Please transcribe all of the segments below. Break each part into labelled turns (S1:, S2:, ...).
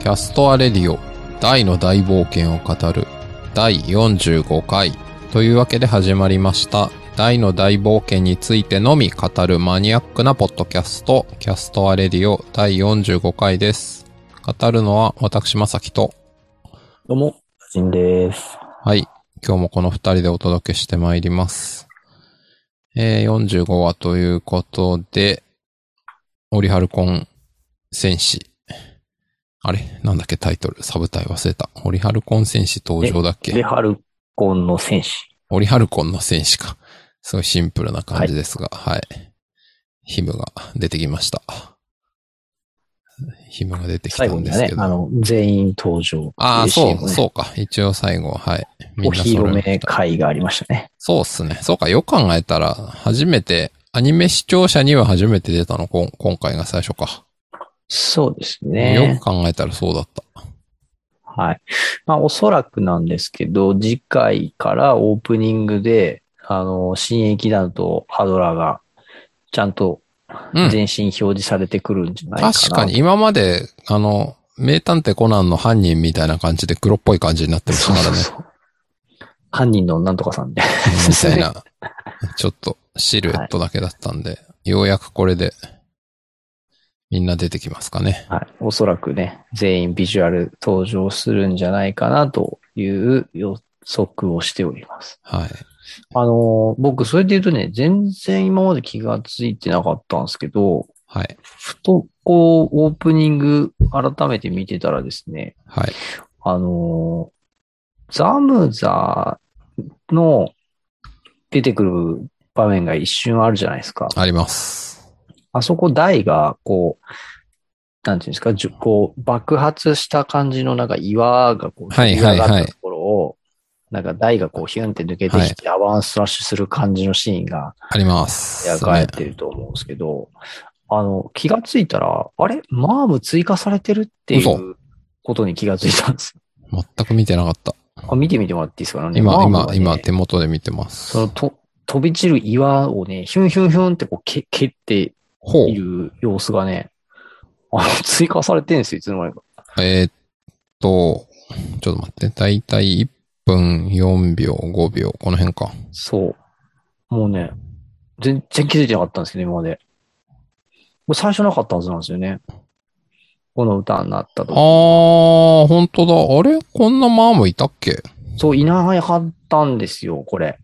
S1: キャストアレディオ大の大冒険を語る第45回というわけで始まりました大の大冒険についてのみ語るマニアックなポッドキャストキャストアレディオ第45回です語るのは私まさきと
S2: どうも、ジンです。
S1: はい今日もこの二人でお届けしてまいりますえー、45話ということでオリハルコン戦士あれなんだっけタイトルサブタイ忘れた。オリハルコン戦士登場だっけ
S2: で、ハルコンの戦士。
S1: オリハルコンの戦士か。すごいシンプルな感じですが、はい。ヒムが出てきました。ヒムが出てきた
S2: 最後
S1: ん
S2: に
S1: で
S2: は
S1: す
S2: ね
S1: け、ど。
S2: あの、全員登場。
S1: ああ、そう、
S2: う。
S1: そうか。一応最後は、はい。
S2: お披
S1: 揃
S2: 露
S1: いま
S2: 目
S1: した
S2: 会がありましたね。
S1: そうっすね。そうか。よく考えたら、初めて、アニメ視聴者には初めて出たの、こん今回が最初か。
S2: そうです
S1: よく
S2: ね。
S1: 考えたらそうだった。
S2: はい。まあ、おそらくなんですけど、次回からオープニングで、あの、新駅団とハドラーが、ちゃんと
S1: うん
S2: 全身表示されてくるんじゃないかな。
S1: 確かに、。今まで、あの、名探偵コナンの犯人みたいな感じで黒っぽい感じになってました
S2: そう
S1: からね
S2: そう。そう。犯人のなんとかさんで。
S1: みたいな、ちょっとシルエットだけだったんで、ようやくこれで、みんな出てきますかね。
S2: はい。おそらくね、全員ビジュアル登場するんじゃないかなという予測をしております。
S1: はい。
S2: あのー、僕、それで言うとね、全然今まで気がついてなかったんですけど、
S1: はい。
S2: ふとこう、オープニング改めて見てたらですね、
S1: はい。
S2: あのー、ザムザの出てくる場面が一瞬あるじゃないですか。
S1: あります。
S2: あそこ台が、こう、なんていうんですか、じゅこう、爆発した感じのなんか岩がこう、
S1: はいはいはい
S2: がったところを、なんか台がこうヒュンって抜けてきて、アバンスラッシュする感じのシーンが
S1: あります。
S2: 描かれてると思うんですけど、あの、気がついたら、あれマーム追加されてるってい
S1: 嘘
S2: うことに気がついたんです。
S1: 全く見てなかった。
S2: あ見てみてもらっていいですかね。
S1: 今、
S2: マーム
S1: 今
S2: が、ね
S1: 今、手元で見てま
S2: そ
S1: す
S2: の。と飛び散る岩をね、ヒュンヒュンヒュンってこう蹴蹴って
S1: ほう
S2: い。う様子がね、あの、追加されてんですよ、いつの間にか。
S1: えーっと、ちょっと待って。だいたい1分4秒、5秒、この辺か。
S2: そう。もうね、全然気づいてなかったんですけど、今まで。これ最初なかったはずなんですよね。この歌になった
S1: あ
S2: と。
S1: ー、本当だ。あれこんなマームいたっけ
S2: そう、いないはったんですよ、これ。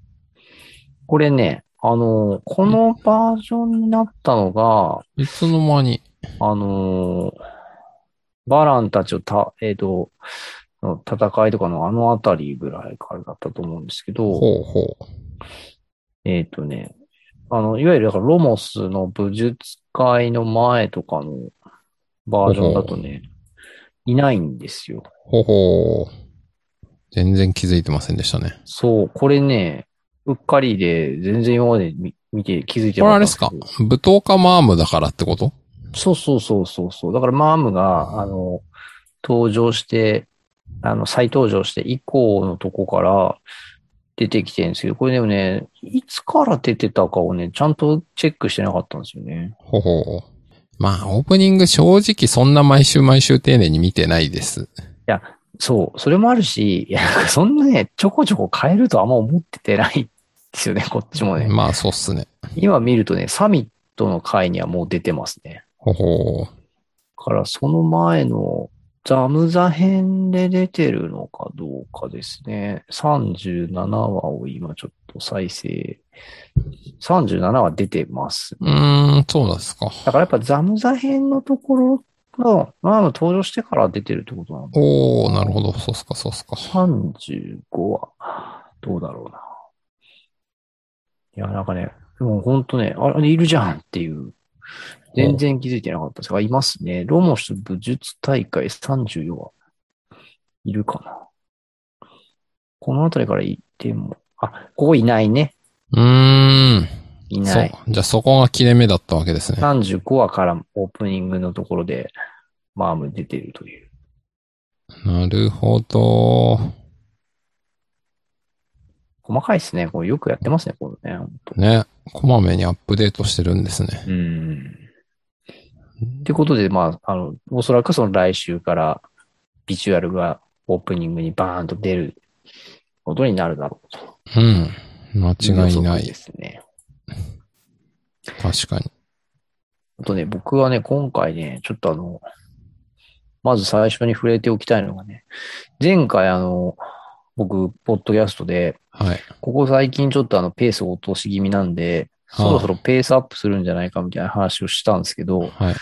S2: これね、あの、このバージョンになったのが、
S1: いつの間に。
S2: あのーバランたちをた、えっ、と、の戦いとかのあのあたりぐらいからだったと思うんですけど、
S1: ほうほう。
S2: えっ、とね、あの、いわゆるだからロモスの武術会の前とかのバージョンだとね、いないんですよ。
S1: ほほー。全然気づいてませんでしたね。
S2: そう、これね、うっかりで全然今まで見見て気づいて
S1: こ
S2: な
S1: れあ
S2: かった
S1: れ
S2: ん
S1: ですか
S2: けど
S1: 舞踏家マームだからってこと
S2: そうそうそうそうそう。だからマームが、あの、登場して、あの、再登場して以降のとこから出てきてるんですけど、これでもね、いつから出てたかをね、ちゃんとチェックしてなかったんですよね。
S1: ほほう。まあ、オープニング正直そんな毎週毎週丁寧に見てないです。
S2: そう、それもあるし、いや、なんかそんなね、ちょこちょこ変えるとあんま思っててないんですよね、こっちもね。
S1: まあ、そうっすね。
S2: 今見るとね、サミットの回にはもう出てますね。
S1: ほほう。
S2: だから、その前のザムザ編で出てるのかどうかですね。37話を今ちょっと再生。37話出てます。
S1: うーん、そうですか。
S2: だからやっぱザムザ編のところの、まあ、登場してから出てるってことなの
S1: おー、なるほど。そうっすか、そうっすか。
S2: 35は、どうだろうな。いや、なんかね、もうほんとね、あれ、いるじゃんっていう。全然気づいてなかったですが、いますね。ロモス武術大会34はいるかな。このあたりからいても、あ、ここいないね。
S1: うーん。
S2: い
S1: そ
S2: な
S1: う
S2: い。。
S1: じゃあそこが切れ目だったわけですね。
S2: 35話からオープニングのところで、マーム出てるという。
S1: なるほど。
S2: 細かいですね。これよくやってますね、これね。ほんと
S1: ね。こまめにアップデートしてるんですね。
S2: うん。ってことで、まあ、あの、おそらくその来週からビジュアルがオープニングにバーンと出ることになるだろうと。
S1: うん。間違い
S2: 予
S1: な
S2: 測
S1: い
S2: で。すね。
S1: 確かに。
S2: あとね、僕はね、今回ね、ちょっとあの、まず最初に触れておきたいのがね、前回あの、僕、ポッドキャストで、
S1: はい。
S2: ここ最近ちょっとあの、ペースを落とし気味なんで、そろそろペースアップするんじゃないかみたいな話をしたんですけど、
S1: はい。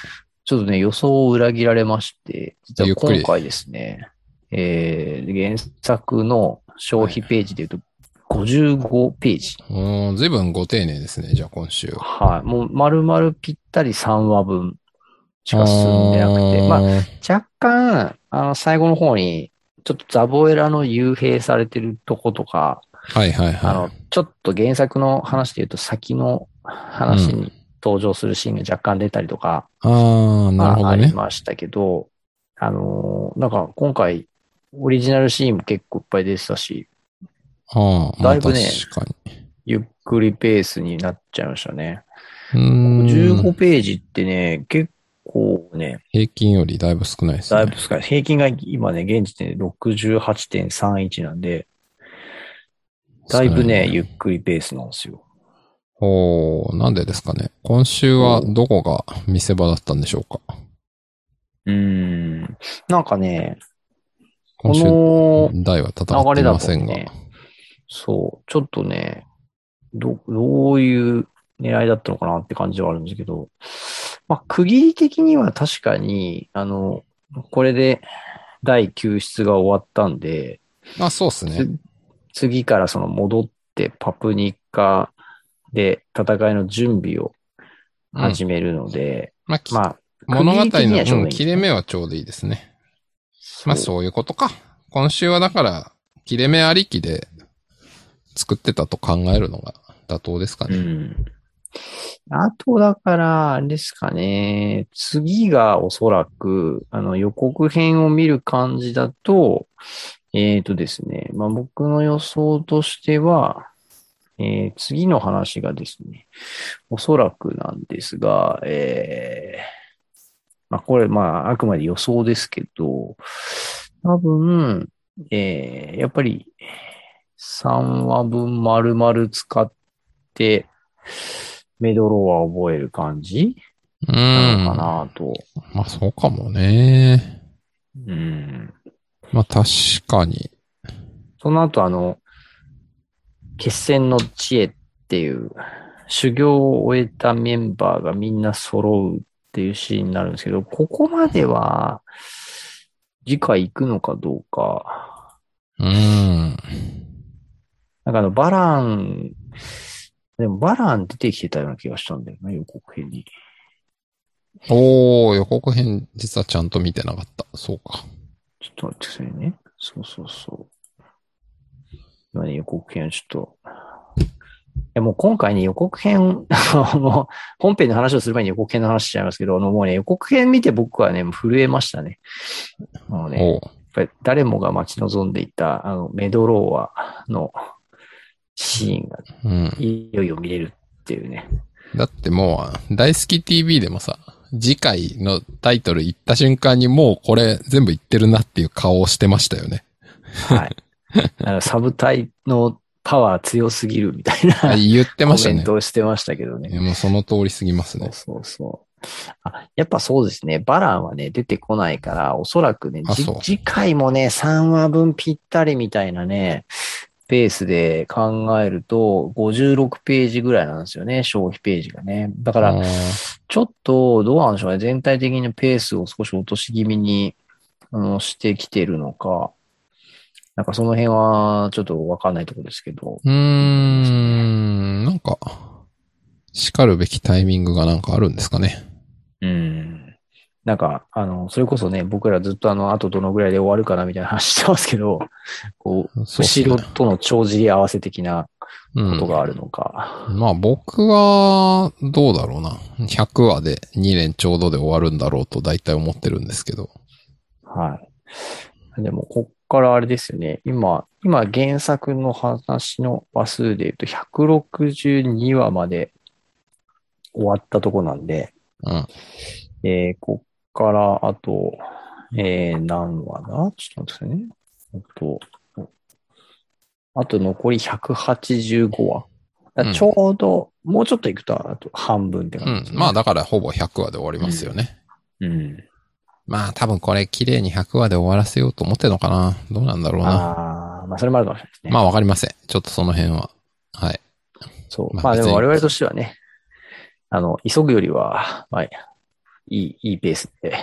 S2: ちょっとね、予想を裏切られまして、実
S1: ゆっ
S2: は
S1: くり
S2: 今回ですね、えー、原作の消費ページで言うと、55ページ。
S1: おー随分ご丁寧ですね、じゃあ今週は。
S2: はい。もう、丸々ぴったり3話分しか進んでなくて、まあ、若干、あの、最後の方に、ちょっとザボエラの幽閉されてるとことか、
S1: あー、はいはい
S2: あ
S1: は
S2: の、ちょっと原作の話で言うと先の話に登場するシーンが若干出たりとか、
S1: い。ああ、
S2: ま
S1: なるほ
S2: あ、あ
S1: ど
S2: り
S1: ね。
S2: ましたけど、あのーなんか今回、オリジナルシーンも結構いっぱい出てたし、
S1: ああ、ま
S2: だ
S1: あ
S2: いぶね
S1: 確か
S2: ゆっくりペースになっちゃいましたね。
S1: に。うー
S2: 15
S1: ん。
S2: ページってね、結構ね、
S1: 平均よりだいぶ少ないです
S2: だい
S1: ね
S2: ぶ。少ない。平均が今ね、現時点で68.31なんで、だいぶね、ゆっくりペースなんですよ。
S1: おーなんでですかね。今週はどこが見せ場だったんでしょうか。
S2: うーん。なんかね、
S1: 今
S2: こ
S1: 週、
S2: の
S1: 台は戦っ
S2: 流
S1: て
S2: れ
S1: い
S2: だ
S1: ま
S2: と
S1: せんが。
S2: ね、そう、ちょっとね、ど、どういう狙いだったのかなって感じはあるんですけど、まあ、区切り的には確かに、あの、これで第救出が終わったんで、
S1: あ、そうですね。
S2: 次からその戻ってパプニカで戦いの準備を始めるので、
S1: まあ、き
S2: まあ、
S1: 物語
S2: 区切り的にはちょう
S1: の、
S2: ど
S1: う
S2: いい
S1: ん切れ目はちょうどいいですね。まあ、
S2: そう
S1: そういうことか。今週はだから、切れ目ありきで作ってたと考えるのが妥当ですか
S2: う
S1: ね。
S2: ん。あと、だから、あれですかね。次がおそらく、あの、予告編を見る感じだと、えっ、とですね。まあ、僕の予想としては、えー次の話がですね、おそらくなんですが、えーまあ、これ、まあ、あくまで予想ですけど、多分、えーやっぱり、3話分丸々使って、メドロは覚える感じ
S1: うん。
S2: なのかなと。
S1: まあ、そうかもね。
S2: うん。
S1: まあ、確かに。
S2: その後、あの、決戦の知恵っていう、修行を終えたメンバーがみんな揃うっていうシーンになるんですけど、ここまでは、次回行くのかどうか、
S1: うん。
S2: なんかあの、バラン、でもバラン出てきてたような気がしたんだよな、予告編に。
S1: おー、予告編実はちゃんと見てなかった。そうか。
S2: ちょっと待ってくださいね。そうそうそう。今ね、予告編をちょっと。いや、もう今回ね、予告編、 あの本編の話をする前に予告編の話しちゃいますけど、あの、もうね、予告編見て僕はね、もう震えましたね。もうね、やっ
S1: おー
S2: ぱり誰もが待ち望んでいた、あの、メドローアのシーンが
S1: うん。
S2: いよいよ見れるっていうね。
S1: だってもう、大好き TV でもさ、次回のタイトル言った瞬間にもうこれ全部言ってるなっていう顔をしてましたよね。
S2: はい。あの、サブ隊のパワー強すぎるみたいな
S1: あ言ってまし
S2: コ
S1: た
S2: メ
S1: ね
S2: ン。トをしてましたけどね
S1: い。やもうその通りすぎます
S2: そう
S1: ね。
S2: そうそう。あ、やっぱそうですね。バランはね、出てこないから、おそらくね
S1: あ、
S2: じ
S1: そう
S2: 次回もね、3話分ぴったりみたいなね、ペースで考えると、56ページぐらいなんですよね、消費ページがね。だか
S1: あ
S2: ら、
S1: ー
S2: ちょっと、どうなんでしょうね。全体的にペースを少し落とし気味に、あの、してきてるのか。なんかその辺は、ちょっとわかんないところですけど。
S1: うーん、なんか、叱るべきタイミングがなんかあるんですかね。
S2: うん。なんか、あの、それこそね、僕らずっとあの、あとどのぐらいで終わるかなみたいな話してますけど、 こう、
S1: そうっすね
S2: 後ろとの帳尻合わせ的な
S1: う
S2: こと
S1: ん。
S2: があるのか。
S1: まあ僕は、どうだろうな。100話で2年ちょうどで終わるんだろうと大体思ってるんですけど。
S2: はい。でも、こっからあれですよね。今、今原作の話の話数で言うと162話まで終わったとこなんで、
S1: うん。
S2: えーこっからあとえー、何話だちょっと待ってくださいね。あと、あと残り185話。だからちょうど、もうちょっといくと、あと半分って
S1: う
S2: 感
S1: ん
S2: じ、。
S1: まあ、だからほぼ100話で終わりますよね。
S2: うん。
S1: まあ多分これ綺麗に100話で終わらせようと思ってるのかな。どうなんだろうな。
S2: ああ、まあ、それもあるかもしれないですね。
S1: まあわかりません。ちょっとその辺は。はい。
S2: そう。
S1: まあ
S2: まあで
S1: 別に
S2: も我々としてはね、あの、急ぐよりは、まあ、いい、いいペースで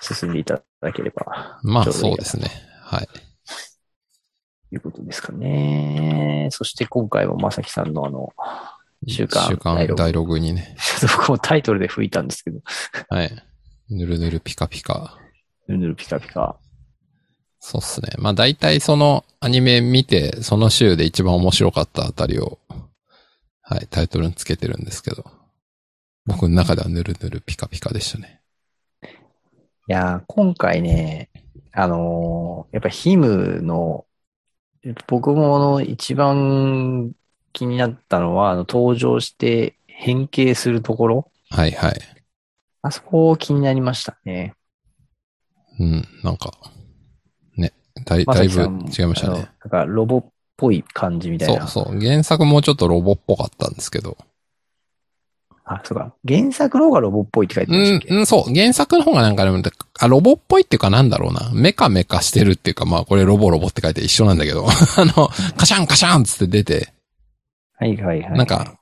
S2: 進んでいただければ。
S1: ま
S2: ちょ
S1: あ
S2: どいい
S1: そう
S2: か
S1: で
S2: な
S1: すね。はい。
S2: ということですかね。そして今回もまさきさんのあの、週刊
S1: 週
S2: ダイ
S1: 刊
S2: ログ
S1: ダイログに ね。
S2: 僕もタイトルで吹いたんですけど、
S1: はい。ぬるぬるピカピカ。
S2: ぬるぬるピカピカ。
S1: そうっすね。まあ大体そのアニメ見て、その週で一番面白かったあたりを、はい、タイトルにつけてるんですけど。僕の中ではぬるぬるピカピカでしたね。
S2: いやー、今回ね、あのーやっぱヒムの、僕もあの一番気になったのは、あの登場して変形するところ。
S1: はいはい。
S2: あそこ気になりましたね。
S1: うん、なんか、ね、だい
S2: ま
S1: だ
S2: さ
S1: い
S2: き
S1: ぶ違
S2: さ
S1: い
S2: んも
S1: ました
S2: あの
S1: ね。
S2: なんかロボっぽい感じみたい
S1: そ
S2: な。
S1: うそう。原作もうちょっとロボっぽかったんですけど。
S2: あ、そうか。原作の方がロボっぽいって書いて
S1: う
S2: ましたっ
S1: ん、
S2: け、
S1: うん、そう。原作の方がなんかでも、あ、ロボっぽいっていうかなんだろうな。メカメカしてるっていうか、まあこれロボロボって書いて一緒なんだけど、 あの、カシャンカシャンっつって出て、
S2: はいはいはい。
S1: なんか、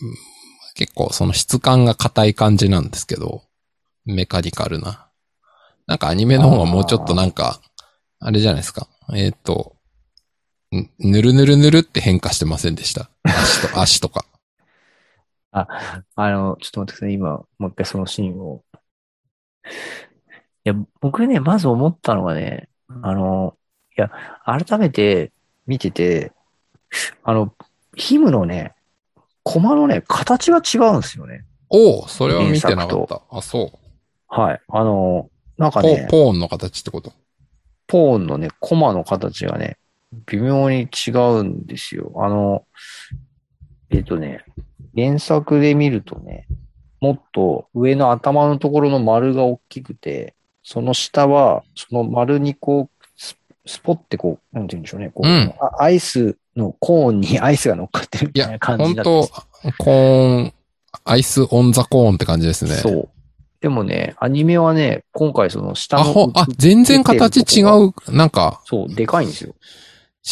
S1: うん結構その質感が硬い感じなんですけど、メカニカルな。なんかアニメの方がもうちょっとなんか、あれじゃないですか。えーっ、と、んぬるぬるぬるって変化してませんでした。足と、足とか。
S2: あの、ちょっと待ってください。今、もう一回そのシーンを。いや、僕ね、まず思ったのがね、あの、いや、改めて見てて、あの、ヒムのね、コマのね、形が違うんですよね。
S1: おおそれは見てなか
S2: 原
S1: っ
S2: 作
S1: た。あ、そう。
S2: はい。あの、なんか
S1: ポ
S2: ね、
S1: ポーンの形ってこと。
S2: ポーンのね、コマの形がね、微妙に違うんですよ。あの、えっとね、原作で見るとね、もっと上の頭のところの丸が大きくて、その下は、その丸にこう、ススポってこう、なんて言うんでしょうね、こう、
S1: うん
S2: あアイスのコーンに アイスが乗っかってるみ
S1: い
S2: たい
S1: や
S2: な、感じ
S1: 本
S2: になってま
S1: 当
S2: す
S1: コーン、アイスオンザコーンって感じですね。
S2: そう。でもね、アニメはね、今回その下
S1: あ、
S2: の、
S1: ほ、あ、全然形違う。なんか、
S2: そう、でかいんですよ。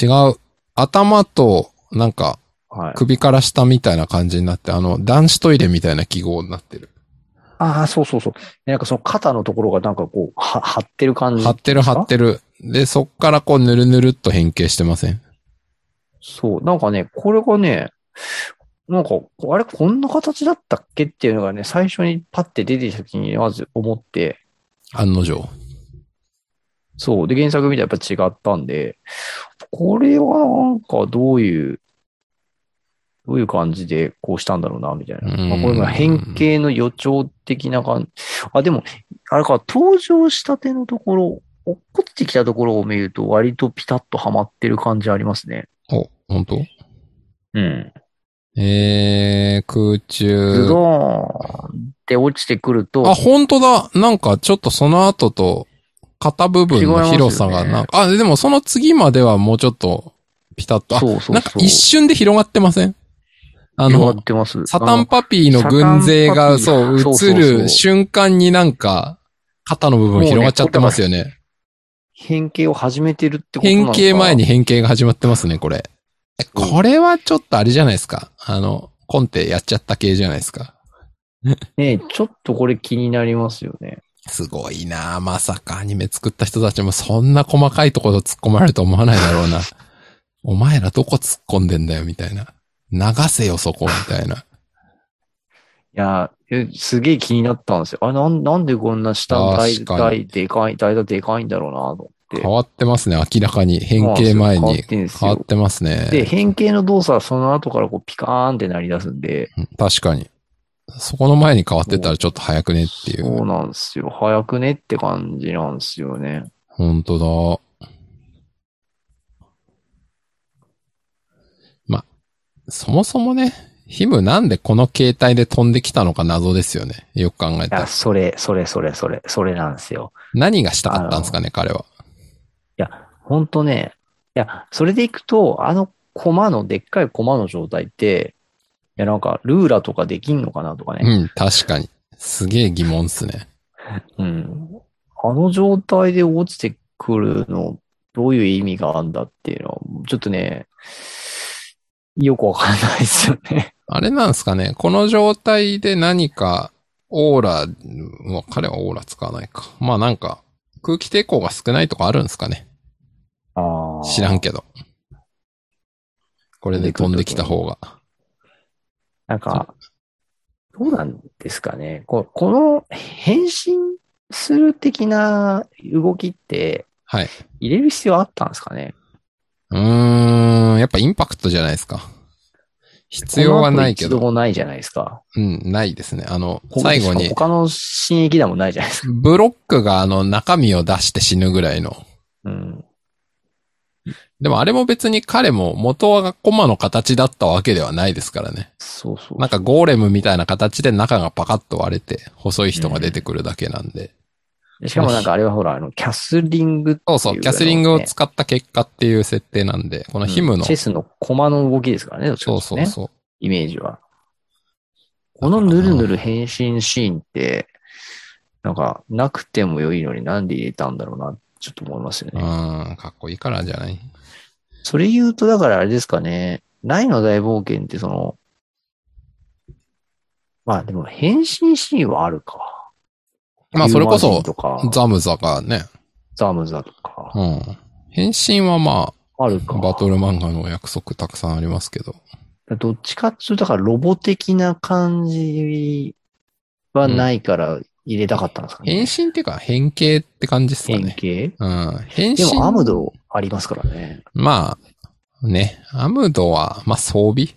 S1: 違う。頭と、なんか、
S2: はい。
S1: 首から下みたいな感じになって、あの、男子トイレみたいな記号になってる。
S2: ああ、そうそうそう。でなんかその肩のところがなんかこう、は、張ってる感じ。
S1: 張ってる張ってる。で、そっからこう、ぬるぬるっと変形してません
S2: そう。なんかね、これがね、なんか、あれ、こんな形だったっけっていうのがね、最初にパッて出てきた時にまず思って、
S1: 案の定。
S2: そう。で、原作見たらやっぱ違ったんで、これはなんかどういう、どういう感じでこうしたんだろうな、みたいな。
S1: うん
S2: まあ、これも変形の予兆的な感じ。あ、でも、あれか、登場したてのところ、落っこってきたところを見ると割とピタッとはまってる感じありますね。
S1: お、本当
S2: うん。
S1: えー、空
S2: ズ
S1: 中。
S2: ドーンって落ちてくる
S1: あ、
S2: と、
S1: 本当だ。なんか、ちょっとその後と、肩部分の広さが
S2: 違いますよね
S1: なんか、あ、でもその次まではもうちょっと、ピタッと。あ
S2: そうそうそう。
S1: なんか一瞬で広がってませんあ
S2: 広
S1: の
S2: が、ってます。
S1: サタンパピーの軍勢
S2: あ
S1: が、
S2: のサタ
S1: そ
S2: ンパピ
S1: う、
S2: ーそう
S1: 映
S2: そうそ
S1: る
S2: う
S1: 瞬間になんか、肩の部分広がっちゃってますよね。
S2: 変形を始めてるってことなの
S1: 変
S2: か
S1: 形前に。変形が始まってますね、これ。えこれはちょっとあれじゃないですか。あの、コンテやっちゃった系じゃないですか。
S2: ねちょっとこれ気になりますよね。
S1: すごいなあまさかアニメ作った人たちもそんな細かいところ突っ込まれると思わないだろうな。 お前らどこ突っ込んでんだよ、みたいな。流せよ、そこ、みたいな。
S2: いやー、えすげえ気になったんですよ。あ、なん、なんでこんな下の台、
S1: 確か
S2: 台でかい、台座でかいんだろうなと
S1: 変わってますね、明らかに。変形前
S2: そう変わ
S1: に
S2: っ。てんです
S1: 変わっ
S2: よ。
S1: てますね。
S2: で、変形の動作はその後からこうピカーンってなり出すんで、
S1: うん確かに。そこの前に変わってたらちょっと早くねってい
S2: そう
S1: う。
S2: なんですよ。早くねって感じなんですよね。
S1: 本当だ。ま、そもそもね、ヒムなんでこの携帯で飛んできたのか謎ですよね。よく考えた
S2: や、
S1: ら。
S2: それ、それ、それ、それ、それなんですよ。
S1: 何がしたかったんですかね、彼は。
S2: いや、ほんとね、いや、それでいくと、あのコマの、でっかいコマの状態って、いや、なんか、ルーラとかできんのかなとか
S1: う
S2: ね。
S1: ん、確かに。すげえ疑問っすね。
S2: うん。あの状態で落ちてくるの、どういう意味があるんだっていうのは、ちょっとね、よくわかんないですよね。
S1: あれなんですかね、この状態で何か、オーラ、うんまあ彼はオーラ使わないか。まあなんか、空気抵抗が少ないとかあるんですかね。
S2: あ
S1: 知らん
S2: け
S1: けど。これで飛んできた方が。
S2: なんか、どうなんですかね。ここの変身する的な動きって
S1: はい。
S2: 入れる必要あったんですかね。
S1: うーん、やっぱインパクトじゃないですか。必要はないけ
S2: この後
S1: ど、
S2: 一度もないじゃないですか。
S1: うん、ないですね。あの、最後に、
S2: 他の新駅団もないじゃないですか。
S1: ブロックがあの中身を出して死ぬぐらいの。
S2: うん。
S1: でもあれも別に彼も元はコマの形だったわけではないですからね。
S2: そうそう。
S1: なんかゴーレムみたいな形で中がパカッと割れて、細い人が出てくるだけなんで。
S2: しかもなんかあれはほら、あの、キャスリングってい
S1: そうそう、キャスリングを使
S2: う
S1: った結果っていう設定なんで、この
S2: のね
S1: ヒムの、
S2: チェスの駒の動きですからね、どっちか
S1: そ
S2: といううと
S1: そうそ
S2: ね。
S1: う。
S2: イメージは。このぬるぬる変身シーンって、なんか、なくても良いのになんで入れたんだろうな、ちょっと思いますよ
S1: う
S2: ね。
S1: ん、かっこいいからじゃない
S2: それ言うと、だからあれですかね、ないの大冒険ってその、まあでも変身シーンはあるか。
S1: まあそれこそ
S2: ヒューマン人とか
S1: ザムザがね、
S2: ザムザとか、
S1: うん。変身はま
S2: ある
S1: あ、
S2: か。
S1: バトル漫画のお約束たくさんありますけど。
S2: どっちかっていうと、だからロボ的な感じはないから入れたかったんですか
S1: 変
S2: ね。
S1: 身っていうか変形って感じですか
S2: 変
S1: ね。
S2: 形
S1: うん。変身。
S2: でもアムドありますからね。
S1: まあ、ね。アムドは、まあ装備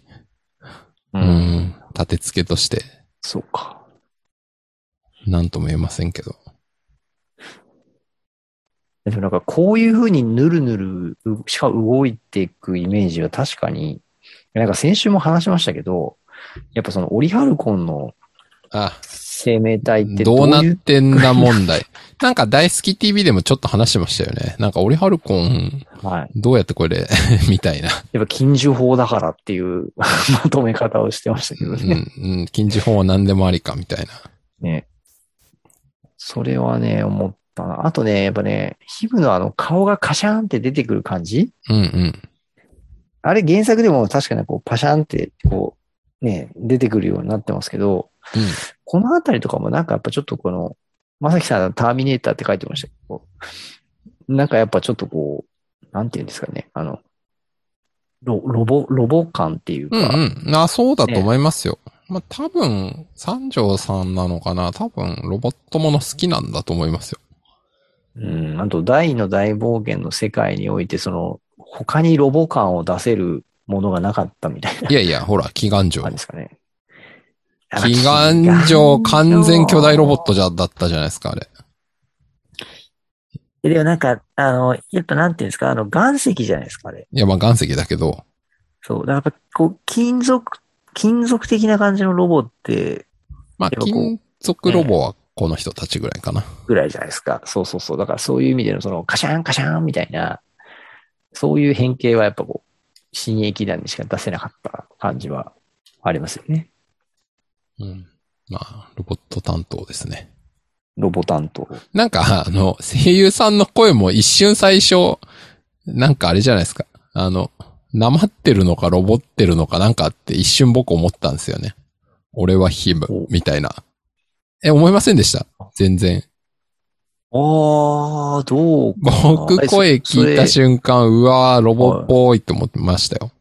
S1: う。
S2: う
S1: ん。立て付けとして、
S2: そうか。
S1: なんとも言えませんけど。
S2: でもなんかこういう風にぬるぬるうしか動いていくイメージは確かに、なんか先週も話しましたけど、やっぱそのオリハルコンの
S1: あ、
S2: 生命体って
S1: ど
S2: ど
S1: う
S2: う
S1: なっ
S2: いう、
S1: てんだ問題。なんか大好き TV でもちょっと話してましたよね。なんかオリハルコン、
S2: はい。
S1: どうやってこれ、 みた いな。
S2: やっぱ禁獣法だからっていう まとめ方をしてましたけど
S1: う
S2: ね。
S1: ん、うん、禁止法は何でもありか、みたいな。
S2: ね。それはね、思ったな。あとね、やっぱね、ヒムのあの顔がカシャンって出てくる感じ
S1: うんうん。
S2: あれ原作でも確かにこうパシャンってこうね、出てくるようになってますけど、
S1: うん
S2: このあたりとかもなんかやっぱちょっとこの、まさきさんターミネーターって書いてましたけど、なんかやっぱちょっとこう、なんていうんですかね、あの、ロロボ、ロボ感っていうか、
S1: うんうん。あ、そうだと思いますよ。まあ、多分、三条さんなのかな多分、ロボットもの好きなんだと思いますよ。
S2: うん、あと、大の大冒険の世界において、その、他にロボ感を出せるものがなかったみたい
S1: いやいや、ほら、祈願城
S2: な。んです かね。
S1: 祈願城完全巨大ロボットじゃ、だったじゃないですか、あれ。
S2: ト。でもなんか、あの、やっぱなんていうんですか、あの、岩石じゃないですか、あれ。
S1: いや、まあ、岩石だけど。
S2: そう。だからやっぱ、こう、金属、金属的な感じのロボって、
S1: まあ、
S2: でもこう
S1: 金属ロボはこの人たちぐらいかな。
S2: ぐらいじゃないですか。そうそうそう。だからそういう意味での、その、カシャンカシャンみたいな、そういう変形はやっぱこう、新駅団にしか出せなかった感じはありますよね。
S1: うん。まあ、ロボット担当ですね。
S2: ロボ担当。
S1: なんか、あの、声優さんの声も一瞬最初、なんかあれじゃないですか。あの、なまってるのかロボってるのかなんかって一瞬僕思ったんですよね。俺はヒム
S2: お、
S1: みたいな。え、思いませんでした全然。
S2: ああ、どうかな。
S1: 僕声聞いた
S2: えそ
S1: 瞬間、うわー、ロボっぽいって思ってましたよ。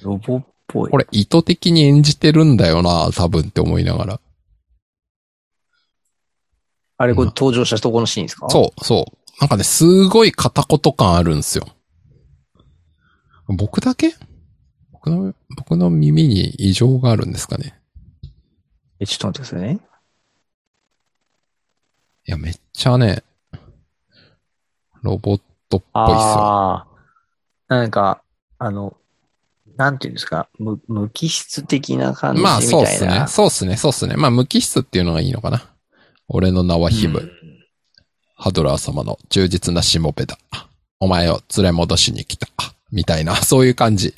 S2: それロボっぽい。
S1: これ意図的に演じてるんだよな、多分って思いながら。
S2: あれ、これ
S1: まあ
S2: 登場したとこのシーンですかう。
S1: そう、そう。なんかね、すごい片言感あるんですよ。僕だけ僕の、僕の耳に異常があるんですかね。
S2: え、ちょっと待ってくださいね。
S1: いや、めっちゃね、ロボットっぽいっすよ。
S2: ああ、なんか、あの、なんていうんですか、無無機質的な感じみ
S1: ま
S2: たいな。
S1: あ、そうっすね。そうっすね。そうっすね。まあ、無機質っていうのがいいのかな。俺の名はヒブ。
S2: うん
S1: ハドラー様の忠実なしもべだ。お前を連れ戻しに来た。みたいな、そういう感じ。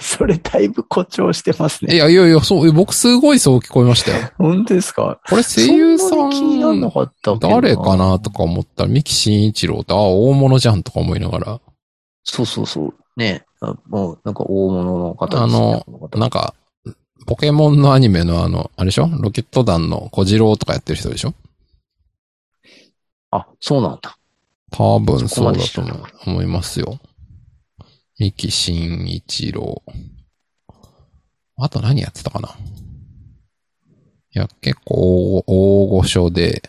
S2: それだいぶ誇張してます
S1: い
S2: ね。
S1: やいやいや、そう、え僕すごいそう聞こえましたよ。
S2: 本当ですか
S1: これ声優さ
S2: そ
S1: ん
S2: なに気になんなかったけど
S1: 誰かなとか思ったら、三木真一郎って、ああ、大物じゃんとか思いながら、
S2: そうそうそう。ねあもう、なんか大物の方ですね。
S1: あの
S2: こ方
S1: なんか、ポケモンのアニメのあの、あれでしょロケット団の小次郎とかやってる人でしょ
S2: あ、そうなんだ。
S1: 多分そうだと
S2: そこまで知らな
S1: 思
S2: か
S1: う思いますよ。三木真一郎。あと何やってたかないや、結構大大御所で、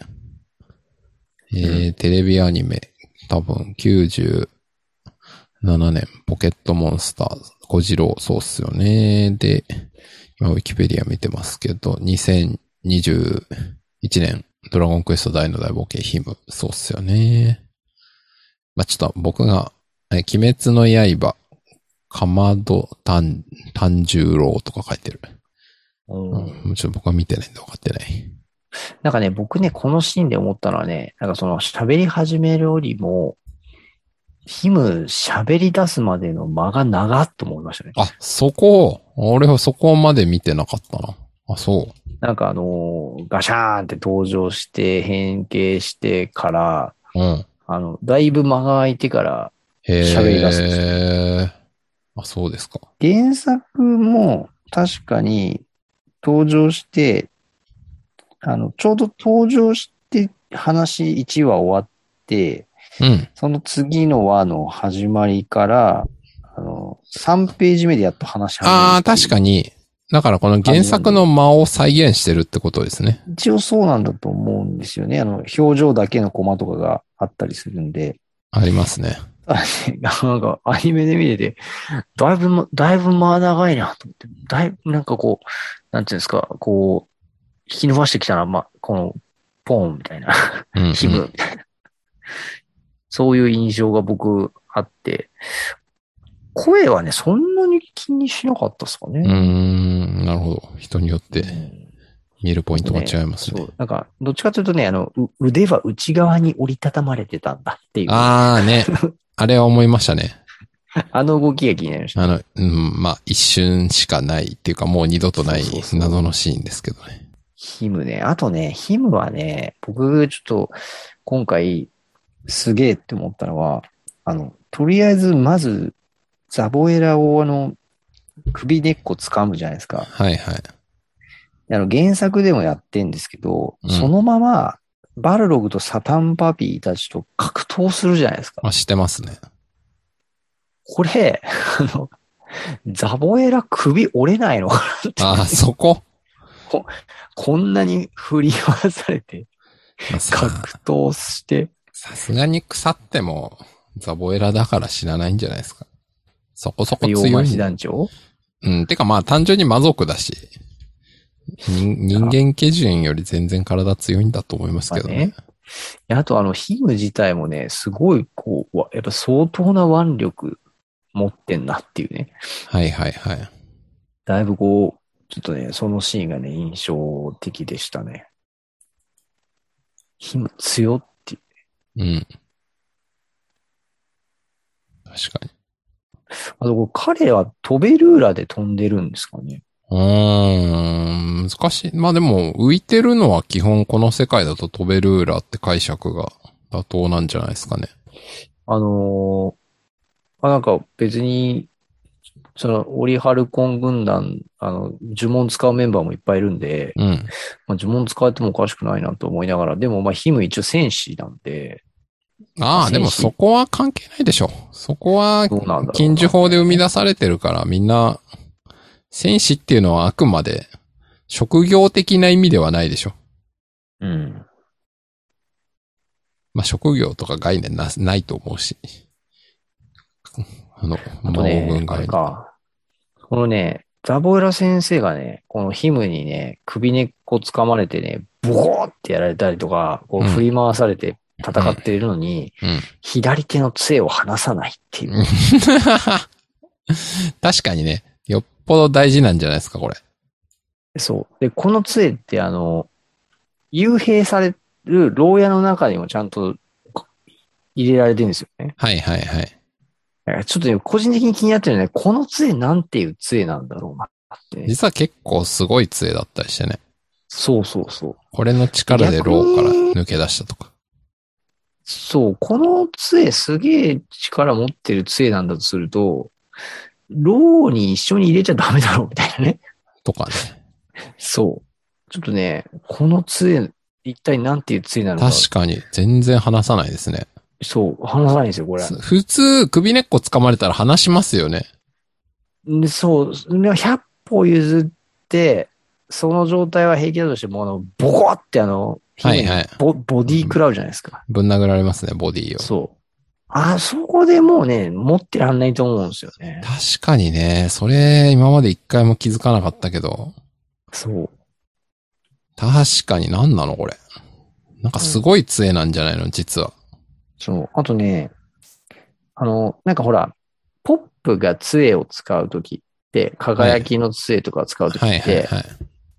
S1: えーテレビアニメ、多分97年、ポケットモンスター、小次郎、そうっすよね。で、今、ウィキペディア見てますけど、2021年、ドラゴンクエスト大の大冒険ヒム、そうっすよね。まあ、ちょっと僕が、え鬼滅の刃、かまど炭、炭十郎とか書いてる。
S2: うん
S1: うん、ちょっと僕は見てないんで分かってない。
S2: なんかね、僕ね、このシーンで思ったのはね、なんかその喋り始めるよりも、ヒム喋り出すまでの間が長っと思いましたね。
S1: あ、そこ、俺はそこまで見てなかったな。あ、そう。
S2: なんかあのーガシャーンって登場して、変形してから、
S1: うん。
S2: あの、だいぶ間が空いてから、
S1: へ
S2: 喋り出すんです
S1: え。あ、そうですか。
S2: 原作も確かに登場して、あの、ちょうど登場して話1話終わって、
S1: うん。
S2: その次の話の始まりから、あの、3ページ目でやっと話し始める
S1: ああ、確か
S2: に。
S1: に。だからこの原作の間を再現してるってことですね。
S2: 一応そうなんだと思うんですよね。あの、表情だけのコマとかがあったりするんで。
S1: ありますね。
S2: あねなんか、アニメで見てて、だいぶま、だいぶ間長いなと思って、だいぶ、なんかこう、なんていうんですか、こう、引き伸ばしてきたら、まあ、この、ポンみたいな、
S1: うん、うん。
S2: 気分みたいな。そういう印象が僕あって、声はね、そんなに気にしなかったですか
S1: うー
S2: ね。
S1: ん、なるほど。人によっ
S2: う
S1: て
S2: ん
S1: 見るポイントが違います
S2: そ
S1: ね。
S2: う。なんか、どっちかというとね、あの、う腕は内側に折りたたまれてたんだっていう、
S1: あ
S2: あ
S1: あね。 あれは思いましたね。
S2: の動きが気になりました。
S1: あの、うん、まあ、一瞬しかないっていうか、もう二度とない
S2: そうそうそう
S1: 謎のシーンですけどね。
S2: ヒムね。あとね、ヒムはね、僕、ちょっと、今回、すげえって思ったのは、あの、とりあえず、まず、ザボエラを、あの、首根っこ掴むじゃないですか。
S1: はいはい。
S2: あの原作でもやってんですけど、
S1: うん
S2: そのまま、バルログとサタンパピーたちと格闘するじゃないですか。
S1: あ、してますね。
S2: これ、あの、ザボエラ首折れないの かなっ
S1: あ
S2: て
S1: あ、そこ。
S2: こんなに振り回されて、
S1: まあさ
S2: 格闘 して、
S1: さすがに腐っても、ザボエラだから死なないんじゃないですか。そこそこ
S2: 洋
S1: 強い
S2: 町
S1: んだ。
S2: 団長
S1: うん、てかまあ単純に魔族だし、人人間基準より全然体強いんだと思いますけどね。
S2: あと、あの、ヒム自体もね、すごい、こう、わやっぱ相当な腕力持ってんなっていうね。
S1: はいはいはい。
S2: だいぶこう、ちょっとね、そのシーンがね、印象的でしたね。ヒム強ってい
S1: う
S2: う。
S1: ん。確かに。
S2: あとこう、彼は飛べルーラで飛んでるんですかね。
S1: うーん、難しい。まあでも、浮いてるのは基本この世界だと飛べルーラーって解釈が妥当なんじゃないですかね。
S2: あのー、あなんか別に、その、オリハルコン軍団、あの、呪文使うメンバーもいっぱいいるんで、
S1: うん。
S2: まあ、呪文使えてもおかしくないなと思いながら、でもまあ、ヒム一応戦士なんで、
S1: ああ、でもそこは関係ないでしょ。そこは
S2: どうなんだろうな
S1: 禁止法で生み出されてるから、みんな、戦士っていうのはあくまで、職業的な意味ではないでしょ。
S2: うん。
S1: まあ、職業とか概念な、ないと思うし。あの、
S2: あと
S1: 魔王
S2: ね
S1: 軍、
S2: あ
S1: 概
S2: れ
S1: 念。
S2: か。このね、ザボエラ先生がね、このヒムにね、首根っこ掴まれてね、ボコーってやられたりとか、こ
S1: う
S2: う
S1: ん
S2: 振り回されて戦っているのに、
S1: うん
S2: 左手の杖を離さないっていう。
S1: 確かにね、よっぽど大事なんじゃないですか、これ。
S2: そう。で、この杖って、あの、幽閉される牢屋の中にもちゃんと入れられてるんですよね。
S1: はいはいはい。
S2: だからちょっとね、個人的に気になってるのはね、この杖なんていう杖なんだろうなってね、
S1: 実は結構すごい杖だったりしてね。
S2: そうそうそう。
S1: これの力で牢から抜け出したとか。
S2: そう、この杖すげえ力持ってる杖なんだとすると、ローに一緒に入れちゃダメだろうみたいなね。
S1: とかね。
S2: そう。ちょっとね、この杖、一体なんていう杖なのか。
S1: 確かに、全然話さないですね。
S2: そう、話さないんですよ、これ。
S1: 普通、首根っこ掴まれたら話しますよね。
S2: でそう、でも100歩譲って、その状態は平気だとしても、あの、ボコってあの、
S1: はいはい
S2: ボボディークラウじゃないですか。
S1: ぶん殴られますね、ボディを。
S2: そう。あそこでもうね、持ってらんないと思うんですよね。
S1: 確かにね、それ、今まで一回も気づかなかったけど、
S2: そう。
S1: 確かに何なのこれ。なんかすごい杖なんじゃないの実は。
S2: そう。あとね、あの、なんかほら、ポップが杖を使うときって、輝きの杖とかを使うとき
S1: はいは
S2: っ
S1: い
S2: て、
S1: はい。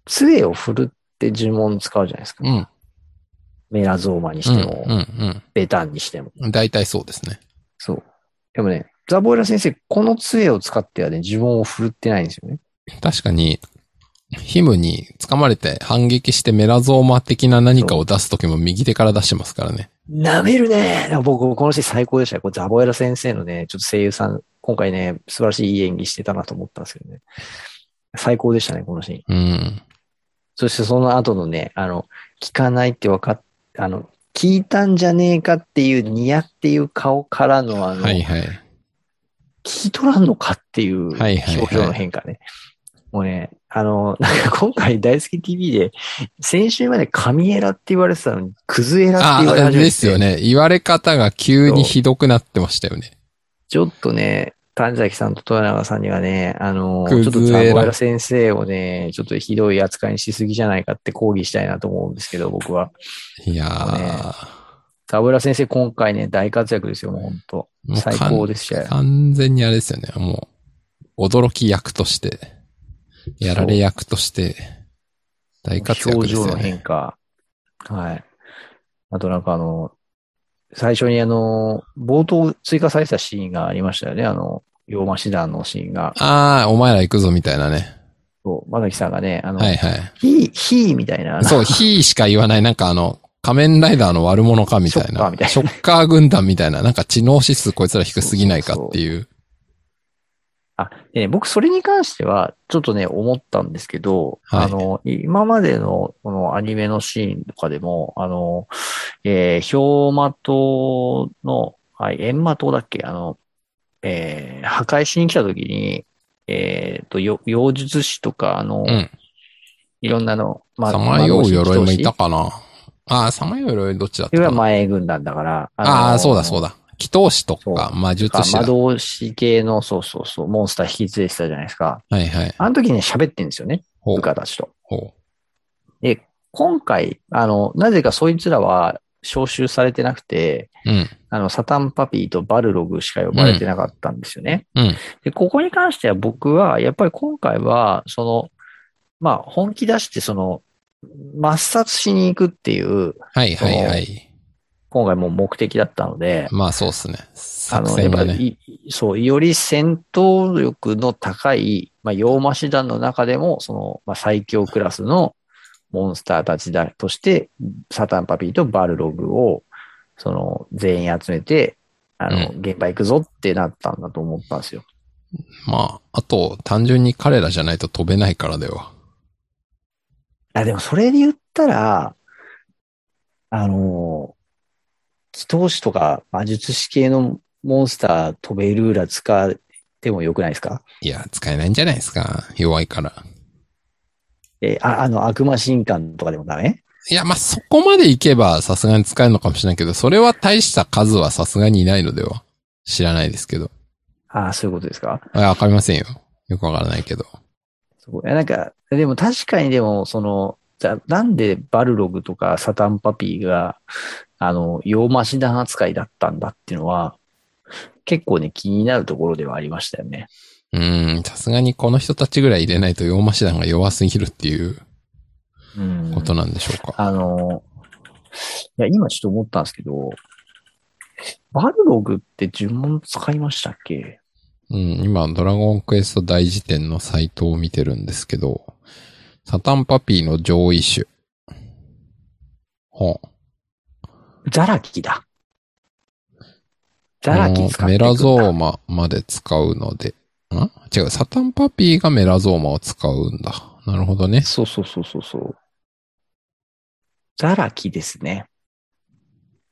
S2: 杖を振るって呪文使うじゃないですか。
S1: うん。
S2: メラゾーマ
S1: う
S2: に
S1: ん
S2: しても、
S1: うん
S2: ベタンにしても。
S1: うん。大体そうですね。
S2: そう。でもね、ザボエラ先生、この杖を使ってはね、呪文を振るってないんですよね。
S1: 確かに、ヒムに掴まれて反撃してメラゾーマ的な何かを出すときも右手から出してますからね。
S2: なめるねでも僕、このシーン最高でしたよ。これザボエラ先生のね、ちょっと声優さん、今回ね、素晴らしいいい演技してたなと思ったんですけどね。最高でしたね、このシ
S1: う
S2: ーン。
S1: ん。
S2: そしてその後のね、あの、聞かないって分かっ、あの、聞いたんじゃねえかっていうニヤっていう顔からのあの、
S1: はいはい。
S2: 聞き取らんのかっていう
S1: はいはいはい
S2: 表情の変化ね。もうね、あの、なんか今回大好き TV で、先週まで神エラって言われてたのに、クズエラって言われ
S1: あ、
S2: 始めて。
S1: ですよ。ね。言われ方が急にひどくなってましたよね。
S2: ちょっとね、神崎さんと豊永さんにはね、あの、ちょ
S1: ク
S2: っ
S1: ズ
S2: と
S1: エラ
S2: ザボエラ先生をね、ちょっとひどい扱いにしすぎじゃないかって抗議したいなと思うんですけど、僕は。
S1: いやー。
S2: 田村先生、今回ね、大活躍ですよ、もう本当。
S1: もう
S2: 最
S1: 完
S2: 高でしたよ。
S1: 完全にあれですよね。もう、驚き役として、やられ役として、大活躍
S2: 表
S1: ですよ
S2: 情の
S1: ね
S2: 変。化。はい。あとなんかあの、最初にあの、冒頭追加されてたシーンがありましたよね、あの、洋間師団のシーンが。
S1: ああ、お前ら行くぞみたいなね。
S2: そう、まさきさんがね、あの、
S1: はいはい。
S2: ひ、ひみたいな。
S1: そう、火しか言わない、なんかあの、仮面ライダーの悪者かみたい
S2: ショッカー
S1: な
S2: みたい。な
S1: ショッカー軍団みたいな、なんか知能指数こいつら低すぎないかっていう。
S2: あ、でね、僕それに関しては、ちょっとね、思ったんですけど、
S1: はい
S2: あの、今までの、このアニメのシーンとかでも、あの、えー、氷魔島の、はい、閻魔島だっけあの、えー、破壊しに来た時に、えっ、と、よ妖術師とか、あ
S1: う
S2: の、
S1: ん
S2: いろんなの、ま
S1: さまよう鎧もいた
S2: い
S1: かな。ああ、さまよう鎧どっちだったか
S2: は
S1: な。
S2: 前軍団だから、
S1: ああ、そうだそう
S2: だ。
S1: だ。祈祷師と
S2: そう
S1: か魔術師だ。
S2: 魔
S1: は
S2: 導士系の、そうそうそう、モンスター引き連れてたじゃないですか。
S1: いはい。
S2: あの時に喋ってんですよね、
S1: ほう
S2: 部下たちと。
S1: ほう。
S2: で、今回、あの、なぜかそいつらは招集されてなくて、
S1: うん。
S2: あの、サタンパピーとバルログしか呼ばれてなかったんですよね。
S1: うんうん
S2: で、ここに関しては僕は、やっぱり今回は、その、まあ、本気出して、その、抹殺しに行くっていう、
S1: はいはいはい。
S2: 今回も目的だったので、
S1: まあそうっすね。
S2: あ
S1: 作
S2: の、や
S1: 戦
S2: っぱ
S1: がね。
S2: り、そう、より戦闘力の高い、まあ、洋魔師団の中でも、その、まあ、最強クラスのモンスターたちだとして、サタンパピーとバルログを、その、全員集めて、あの、現場行くぞってなったんだと思ったんですよ。
S1: まあ、あと、単純に彼らじゃないと飛べないからだよ。
S2: あ、でもそれで言ったら、あの、祈祷師とか魔術師系のモンスター飛べルーラ使ってもよくないですか
S1: いや、使えないんじゃないですか。弱いから。
S2: えーあ、あの、悪魔神官とかでもダメ
S1: いや、まあそこまで行けばさすがに使えるのかもしれないけど、それは大した数はさすがにいないのでは。知らないですけど。
S2: ああ、そういうことですか。
S1: あわかりませんよ。よくわからないけど。
S2: すごい。なんか、でも確かにでも、その、じゃあなんでバルログとかサタンパピーが、あの、洋魔師団扱いだったんだっていうのは、結構ね、気になるところではありましたよね。
S1: うーん、さすがにこの人たちぐらい入れないと洋マシ団が弱すぎるっていう
S2: うん
S1: ことなんでしょうか。
S2: あの、いや、今ちょっと思ったんですけど、バルログって呪文使いましたっけ
S1: うん、今、ドラゴンクエスト大辞典のサイトを見てるんですけど、サタンパピーの上位種。ほう。
S2: ザラキだ。ザラキ使
S1: あの
S2: って
S1: メ
S2: くる
S1: ラゾー
S2: か。
S1: マまで使うので。ん違う、サタンパピーがメラゾーマを使うんだ。なるほどね。
S2: そうそうそうそうそう。ザラキですね。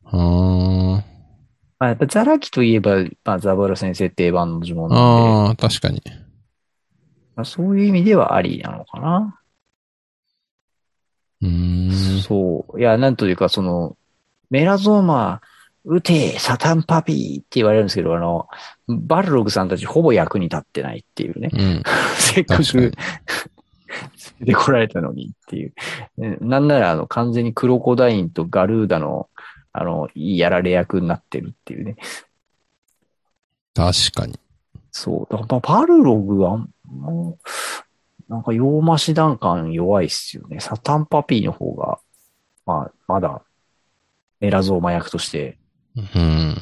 S1: うーん。
S2: まあ、やっぱザラキといえば、まあ、ザブラ先生定番の呪文なんで、
S1: ああ、確かに。
S2: まあ、そういう意味ではありなのかな。
S1: うーん。
S2: そう。いや、なんというか、その、メラゾーマ、撃て、サタンパピーって言われるんですけど、あの、バルログさんたちほぼ役に立ってないっていうね。
S1: うん。
S2: せっか
S1: 確か に
S2: く、で来られたのにっていう。ねなんなら、あの、完全にクロコダインとガルーダの、あの、いいやられ役になってるっていうね。
S1: 確かに。
S2: そう。だから、まあバルログは、もう、なんか、洋マシ段感弱いっすよね。サタンパピーの方が、まあ、まだ、メラゾーマ役として
S1: うん。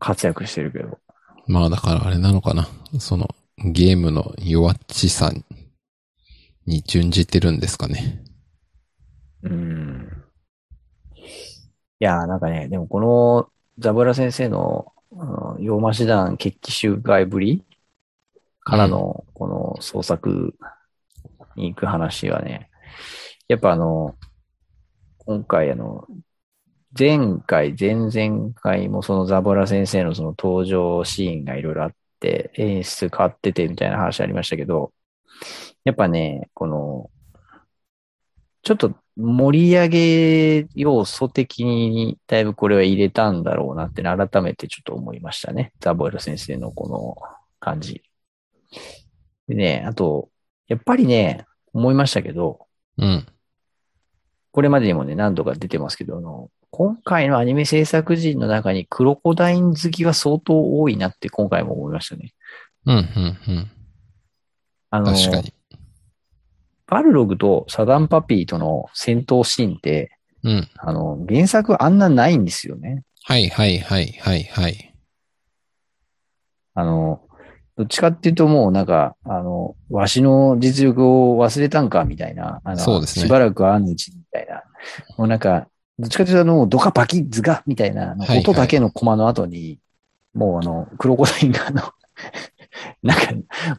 S2: 活躍してるけど。
S1: まあだからあれなのかな。その、ゲームの弱っちさに準じてるんですかね。
S2: うん。いやー、なんかね、でもこの、ザブラ先生の、うん、洋マシ団決起集会ぶりからの、この創作に行く話はね、やっぱあの、今回あの、前回、前々回もそのザボラ先生のその登場シーンがいろいろあって、演出変わっててみたいな話ありましたけど、やっぱね、この、ちょっと盛り上げ要素的にだいぶこれは入れたんだろうなってね改めてちょっと思いましたね。ザボラ先生のこの感じ。でね、あと、やっぱりね、思いましたけど、
S1: うん。
S2: これまでにもね、何度か出てますけど、あの、今回のアニメ制作陣の中にクロコダイン好きは相当多いなって今回も思いましたね。
S1: うん、うん、うん。
S2: あの、
S1: 確かに。
S2: バルログとサダンパピーとの戦闘シーンって、
S1: うん。
S2: あの、原作はあんなないんですよね。
S1: はい、はい、はい、はい、はい。
S2: あの、どっちかっていうともうなんか、あの、わしの実力を忘れたんかみたいな。あの
S1: そうですね
S2: しばらくはあんうちみたいな。もうなんか、どっちかっていうとあの、ドカパキズガみたいな、あの
S1: はいはい
S2: 音だけのコマの後に、もうあの、クロコダインがあの、なんか、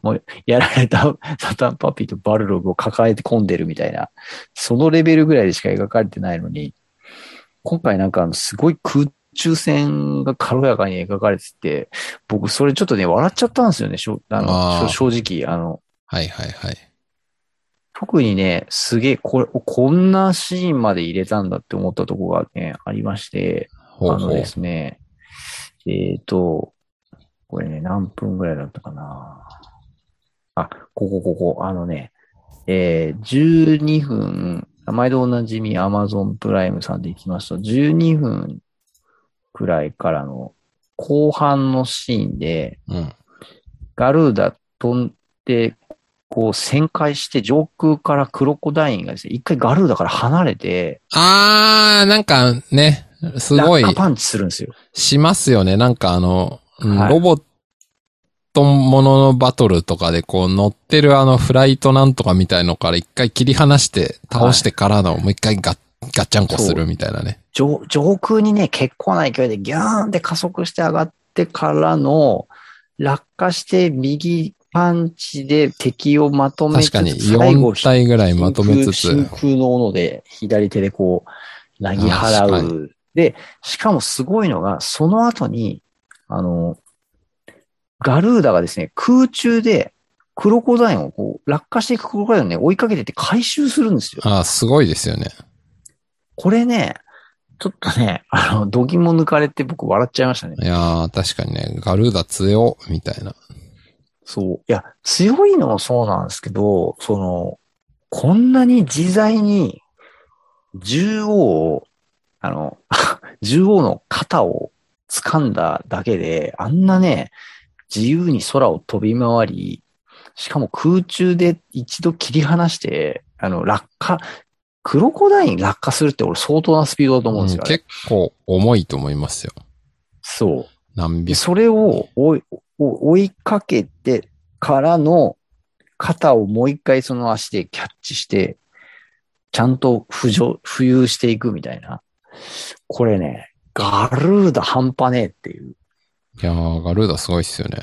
S2: もう、やられたサタンパピーとバルログを抱えて込んでるみたいな、そのレベルぐらいでしか描かれてないのに、今回なんかあの、すごい空中戦が軽やかに描かれてて、僕、それちょっとね、笑っちゃったんですよね、しょあの
S1: あー
S2: しょ正直。あの、
S1: はい、はい、はい。
S2: 特にね、すげえ、これ、こんなシーンまで入れたんだって思ったところがね、ありまして、
S1: ほう
S2: あ
S1: ほ
S2: の
S1: う
S2: で。すね、えっ、と、これね、何分ぐらいだったかなあ、ここ、ここ、あのね、えー、12分、毎度おなじみ Amazon プライムさんでいきますと、12分くらいからの後半のシーンで、
S1: うん。
S2: ガルーダ飛んで、こう旋回して上空からクロコダインがですね、一回ガルーダから離れて、
S1: あー、なんかね、すごい
S2: 落下パンチするんですよ。
S1: しますよね。なんかあの、うん
S2: はい
S1: ロボットもののバトルとかでこう乗ってるあのフライトなんとかみたいのから一回切り離して倒してからのもう一回ガッ、ガッチャンコするみたいなね。
S2: 上上空にね、結構な勢いでギューンって加速して上がってからの、落下して右パンチで敵をまとめ
S1: 確
S2: つつ、
S1: かに
S2: 最後
S1: 4体ぐらいまとめつつ。
S2: 真空真空の斧で左手でこう、なぎ払
S1: 確か
S2: う。で、しかもすごいのが、その後に、あの、ガルーダがですね、空中でクロコダインをこう、落下していくクロコダインをね、追いかけてって回収するんですよ。
S1: あー、すごいですよね。
S2: これね、ちょっとね、 あの、度肝抜かれて僕笑っちゃいましたね。
S1: いやー、確かにね、ガルーダ強、みたいな。
S2: そう。いや、強いのもそうなんですけど、その、こんなに自在に、縦王を、あの、 縦王の肩を掴んだだけで、あんなね、自由に空を飛び回り、しかも空中で一度切り離して、あの、落下、クロコダイン落下するって俺相当なスピードだと思うんですよ、ね
S1: 結構重いと思いますよ。
S2: そう。
S1: 何
S2: で、
S1: 百。
S2: それを追い追いかけてからの肩をもう一回その足でキャッチして、ちゃんと浮上、浮遊していくみたいな。これね、ガルーダ半端ねえっていう。
S1: いやー、ガルーダすごいっすよね。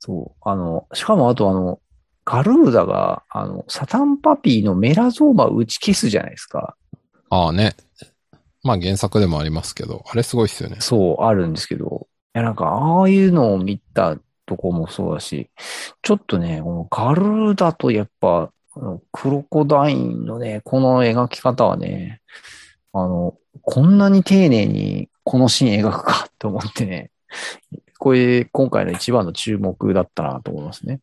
S2: そう。あの、しかもあとあの、ガルーダが、あの、サタンパピーのメラゾーマを打ち消すじゃないですか。
S1: ああね。まあ原作でもありますけど、あれすごいっすよね。
S2: そう、あるんですけど。いや、なんか、ああいうのを見たとこもそうだし、ちょっとね、このガルーダとやっぱ、このクロコダインのね、この描き方はね、あの、こんなに丁寧にこのシーン描くかと思ってね、これ、今回の一番の注目だったなと思いますね。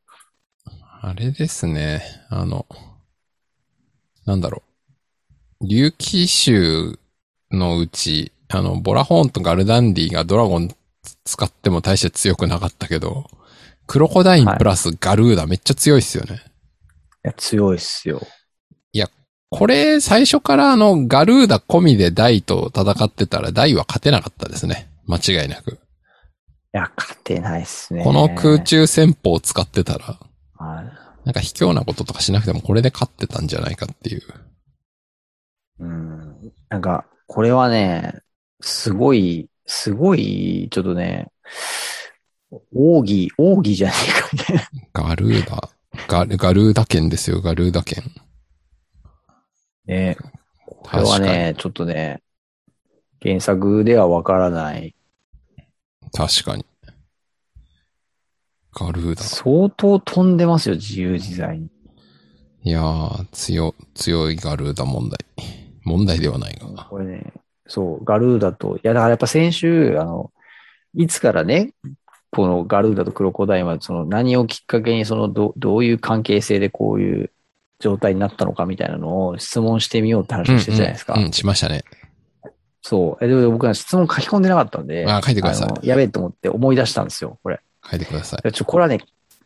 S1: あれですね。あの、なんだろう。竜騎衆のうち、あの、ボラホーンとガルダンディがドラゴン使っても大して強くなかったけど、クロコダインプラスガルーダめっちゃ強いっすよね。
S2: いや、強いっすよ。
S1: これ、最初からあの、ガルーダ込みでダイと戦ってたらダイは勝てなかったですね。間違いなく。
S2: いや、勝てないっすね。
S1: この空。中戦法を使ってたら、
S2: はい。
S1: なんか卑怯なこととかしなくてもこれで勝ってたんじゃないかっていう。
S2: うん。なんか、これはね、すごい、すごい、ちょっとね、奥義、奥義じゃねえ かみたいな。
S1: ガルーダ、ガル、ガルーダ県ですよ、ガルーダ県。
S2: ね、これ
S1: 確か
S2: は
S1: に。
S2: ね、ちょっとね、原作ではわからない。
S1: 確かに。ガルーダ。
S2: 相当飛んでますよ、自由自在に。
S1: いやー、強、強いガルーダ問題。問題ではないが。
S2: これね、そう、ガルーダと、いや、だからやっぱ先週、あの、いつからね、このガルーダとクロコダインは、その何をきっかけに、そのど、どういう関係性でこういう状態になったのかみたいなのを質問してみようって話をしてたじゃないですか。
S1: うんうんうん、しましたね。
S2: そう。えでも僕は質問書き込んでなかったんで、
S1: あ、書いてくださ
S2: あ
S1: い。
S2: のやべえと思って思い出したんですよ、これ。
S1: 書いてください。
S2: いやちょ、これはね、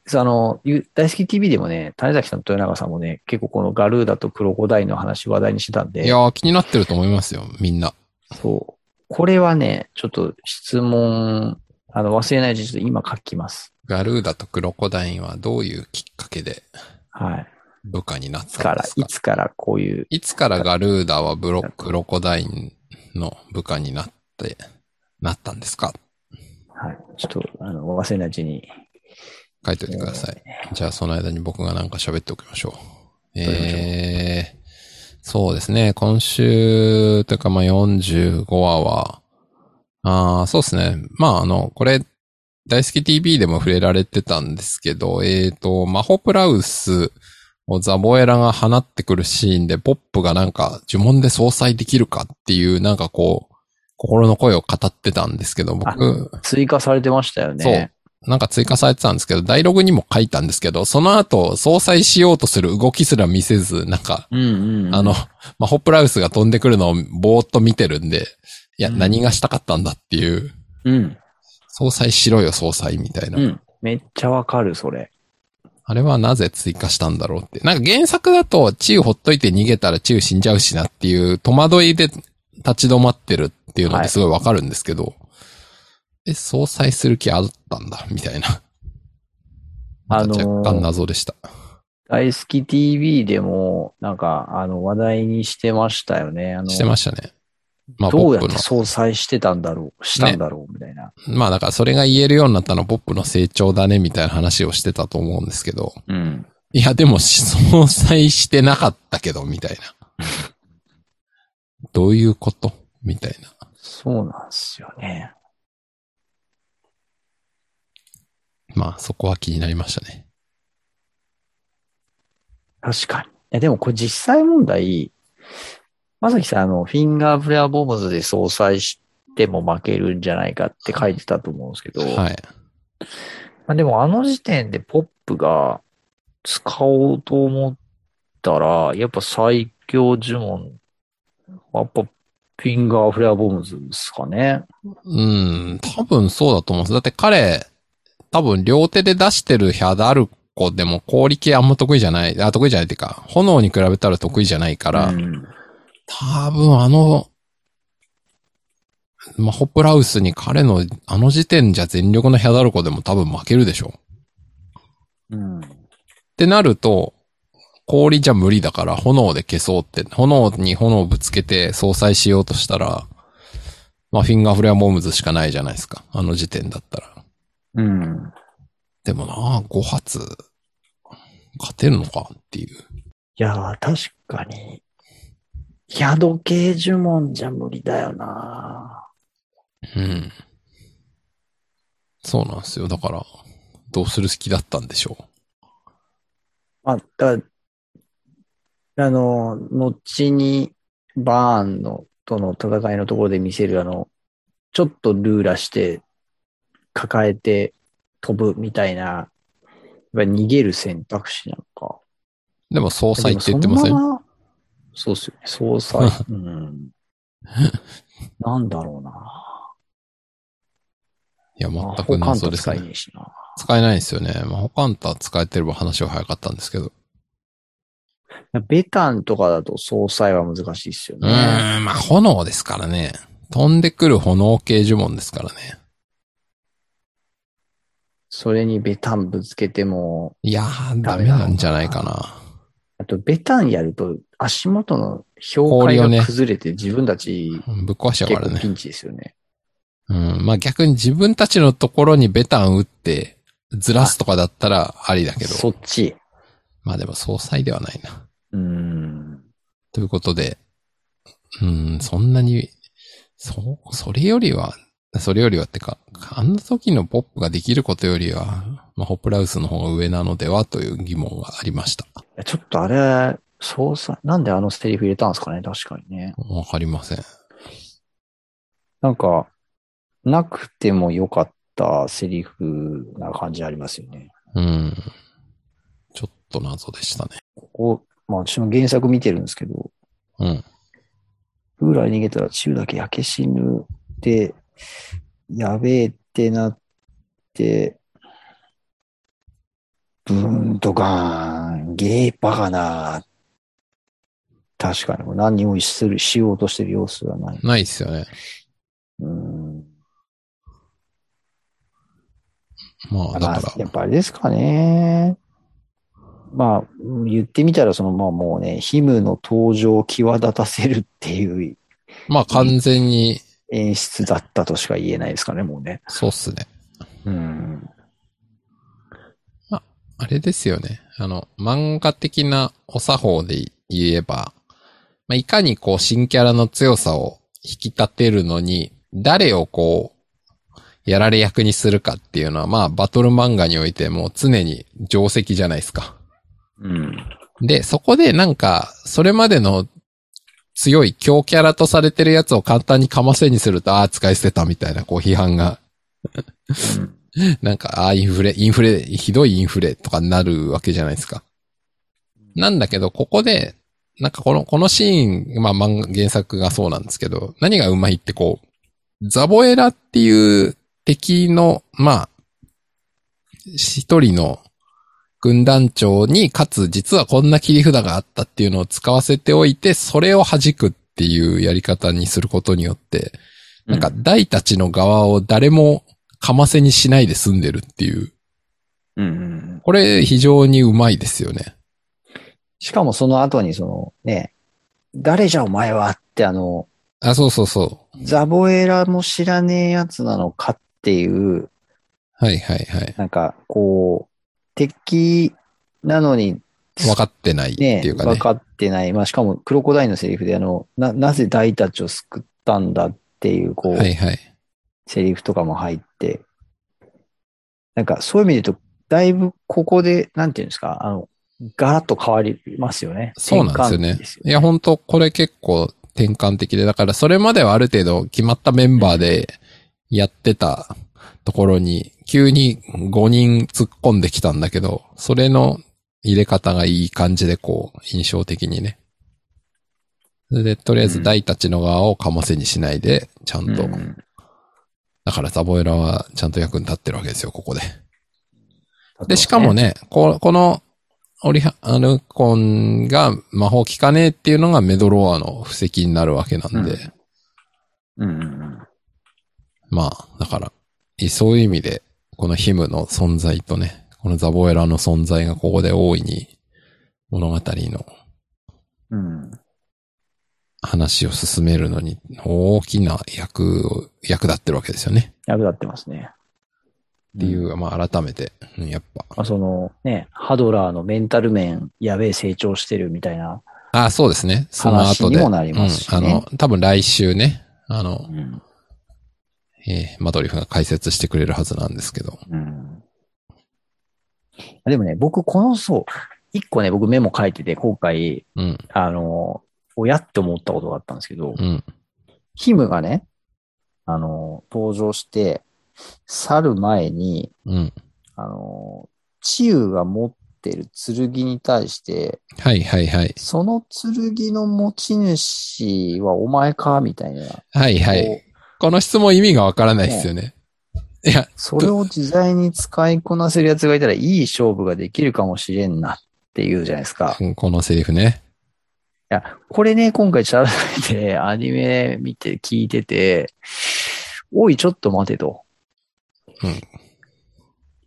S2: そうあの、ゆ大好き TV でもね、種崎さんと豊永さんもね、結構このガルーダとクロコダインの話話題にしてたんで、
S1: いやー、気になってると思いますよ、みんな。
S2: そう。これはね、ちょっと質問、あの、忘れないうちにちょっと今書きます。
S1: ガルーダとクロコダインはどういうきっかけで
S2: はい。
S1: 部下になっ
S2: いつ
S1: た
S2: か
S1: んで
S2: ら、
S1: す
S2: い
S1: か
S2: つからこういう、
S1: いつからガルーダはブロクロコダインの部下になって、なったんですか
S2: はい。ちょっと、あの、忘れないうちに。
S1: 書いておいてください。じゃあ、その間に僕がなんか喋っておきましょう。
S2: りましょう
S1: えー、そうですね。今週、というか、まあ、45話は、あーそうですね。まあ、あの、これ、大好き TV でも触れられてたんですけど、えーと、マホプラウスをザボエラが放ってくるシーンで、ポップがなんか呪文で相殺できるかっていう、なんかこう、心の声を語ってたんですけど、僕、
S2: 追加されてましたよね。
S1: なんか追加されてたんですけど、ダイログにも書いたんですけど、その後、相殺しようとする動きすら見せず、なんか、
S2: う。うんうん。
S1: あの、、マホプラウスが飛んでくるのをぼーっと見てるんで、いや、
S2: うん
S1: 何がしたかったんだっていう、
S2: うん。
S1: 相殺しろよ、相殺みたいな。
S2: うん。めっちゃわかる、それ。
S1: あれはなぜ追加したんだろうって。なんか原作だと、チウほっといて逃げたらチウ死んじゃうしなっていう、戸惑いで立ち止まってるっていうのっ
S2: は
S1: て
S2: い
S1: すごいわかるんですけど、え、相殺する気あったんだ、みたいな。
S2: あのー
S1: 若干謎でした。
S2: 大好き TV でも、なんか、あの、話題にしてましたよね。あの、
S1: してましたね。まあ、
S2: ど
S1: ポ
S2: う
S1: ッ
S2: やっ
S1: プの
S2: て。総裁してたんだろう、したんだろう、みたいな。
S1: まあ、だからそれが言えるようになったのはポップの成長だね、みたいな話をしてたと思うんですけど。
S2: うん。
S1: いや、でも、相殺してなかったけど、みたいな。 どういうことみたいな。
S2: そうなんですよね。
S1: まあ、そこは気になりましたね。
S2: 確かに。いや、でもこれ実際問題、まさきさん、あの、フィンガープレアボムズで総裁しても負けるんじゃないかって書いてたと思うんですけど、ま
S1: はい。
S2: あ、でもあの時点でポップが使おうと思ったら、やっぱ最強呪文、やっぱフィンガーフレアボムズですかね。
S1: うん、多分そうだと思うんです。だって彼、多分両手で出してるヒャダルコでも氷系あんま得意じゃない、あ、得意じゃないっていうか、炎に比べたら得意じゃないから、
S2: うん
S1: 多分あの、まあ、ホップラウスに彼のあの時点じゃ全力のヒャダルコでも多分負けるでしょ。っ
S2: うん。
S1: てなると、氷じゃ無理だから炎で消そうって、炎に炎をぶつけて相殺しようとしたら、まあ、フィンガーフレアモームズしかないじゃないですか。あの時点だったら。
S2: うん。
S1: でもな、5発、勝てるのかっていう。
S2: いやー、確かに。宿系呪文じゃ無理だよな
S1: うん。そうなんですよ。だから、どうする気だったんでしょ
S2: まあ、だからあの、後に、バーンの、との戦いのところで見せる、あの、ちょっとルーラして、抱えて飛ぶみたいな、やっぱ逃げる選択肢なんか。
S1: う。でも、総裁って言って
S2: でも
S1: ませ
S2: そ
S1: ん
S2: のままそうっすよね。総 裁。うん。なんだろうな。
S1: いや、全
S2: まあ
S1: く
S2: 他
S1: 謎
S2: と
S1: です
S2: 使い
S1: ね。
S2: ねえしな。
S1: 使えないんですよね。まあ、ホカンタ使えてれば話は早かったんですけど。
S2: ベタンとかだと総裁は難しいっすよ
S1: うー
S2: ね。
S1: ん、まあ、炎ですからね。飛んでくる炎系呪文ですからね。
S2: それにベタンぶつけても、
S1: いやー、ダメなんじゃないかな。
S2: あと、ベタンやると、足元の氷
S1: 氷を
S2: 塊
S1: ね
S2: が崩れて、自分たち
S1: うんぶっ壊しちゃう
S2: 結
S1: から
S2: 構
S1: ね
S2: ピ。ンチですよね。
S1: うん、まあ逆に自分たちのところにベタン打って、ずらすとかだったらありだけど。
S2: そっち。
S1: まあでも総裁ではないな。
S2: うーん。
S1: ということで、うん、そんなに、そう、それよりは、それよりはってか、あの時のポップができることよりは、まあ、ホップラウスの方が上なのではという疑問がありました。
S2: ちょっとあれ、操作、なんであのセリフ入れたんですかね確かにね。
S1: わかりません。
S2: なんか、なくてもよかったセリフな感じありますよね。
S1: うん。ちょっと謎でしたね。
S2: ここ、まあ私も原作見てるんですけど、
S1: うん。
S2: ルーラーに逃げたら宙だけ焼け死ぬで、やべえってなって、ブーンとガーン、ゲーバカな。確かに、もう何をする、しようとしてる様子はない。
S1: ないっすよね。
S2: うん。
S1: まあ、だ
S2: ま
S1: か
S2: あ、
S1: ら
S2: やっ、ぱあれですかね。まあ、言ってみたら、その、まあもうね、ヒムの登場を際立たせるっていう
S1: まあ完全に、
S2: 演出だったとしか言えないですかね、もうね。
S1: そうっすね。
S2: うん。
S1: あれですよね。あの、漫画的なお作法で言えば、まあ、いかにこう新キャラの強さを引き立てるのに、誰をこう、やられ役にするかっていうのは、まあ、バトル漫画においてもう常に定石じゃないですか。
S2: うん。
S1: で、そこでなんか、それまでの強い強キャラとされてるやつを簡単にかませにすると、ああ、使い捨てたみたいな、こう批判が
S2: うん
S1: なんか、ああ、インフレ、インフレ、ひどいインフレとかになるわけじゃないですか。なんだけど、ここで、なんかこの、このシーン、まあ漫画、原作がそうなんですけど、何がうまいってこう、ザボエラっていう敵の、まあ、一人の軍団長に、かつ実はこんな切り札があったっていうのを使わせておいて、それを弾くっていうやり方にすることによって、なんか、大たちの側を誰もかませにしないで済んでるっていう。
S2: うんうんうん、
S1: これ非常にうまいですよね。
S2: しかもその後にそのね、誰じゃお前はってあの、
S1: あ、そうそうそ
S2: ザボエラも知らねえやつなのかっていう、
S1: う。はいはいはい。
S2: なんかこう、敵なのに
S1: 分かってないって
S2: ね
S1: いうかね。
S2: 分かってない。まあしかもクロコダインのセリフであの、な、なぜ大たちを救ったんだっていう、こう、
S1: はいはい。
S2: セリフとかも入って、なんかそういう意味で言うと、だいぶここで、なんていうんですか、あの、ガラッと変わりますよね。
S1: そうなんですよ
S2: 転換
S1: ね
S2: 期です。
S1: いや、本当これ結構転換的で、だからそれまではある程度決まったメンバーでやってたところに、急に5人突っ込んできたんだけど、それの入れ方がいい感じでこう、印象的にね。それで、とりあえず大たちの側をかませにしないで、ちゃんと、
S2: うん
S1: だからザボエラはちゃんと役に立ってるわけですよ、ここで。で、しかも
S2: ね。
S1: ね、ここの、オリハルコンが魔法効かねえっていうのがメドローアの布石になるわけなんで、
S2: うんうんうんうん。
S1: まあ、だから、いそういう意味で、このヒムの存在とね、このザボエラの存在がここで大いに物語の
S2: うん。
S1: 話を進めるのに大きな役を、役立ってるわけですよね。
S2: 役立ってますね。
S1: っていう、まあ改めて、うんやっぱ。
S2: まあ、そのね、ハドラーのメンタル面、やべえ成長してるみたいな。
S1: あそうですね。その後で。
S2: 話にもなりますしね
S1: うん、あの、多分来週ね、あの、
S2: ん。
S1: えーマドリフが解説してくれるはずなんですけど。
S2: うん。でもね、僕、このそう、一個ね、僕メモ書いてて、今回、
S1: うん、
S2: あの、おやって思ったことがあったんですけど、
S1: うん、
S2: ヒムがね、あの、登場して、去る前に、
S1: うん。
S2: あの、チユが持ってる剣に対して、
S1: はいはいはい。
S2: その剣の持ち主はお前かみたいな。
S1: はいはい。
S2: こう
S1: この質問意味がわからないですよね。いや、
S2: それを自在に使いこなせる奴がいたらいい勝負ができるかもしれんなっていうじゃないですか。い
S1: うんこのセリフね。
S2: や、これね、今回チャラめてアニメ見て聞いてて、おい、ちょっと待てと。
S1: うん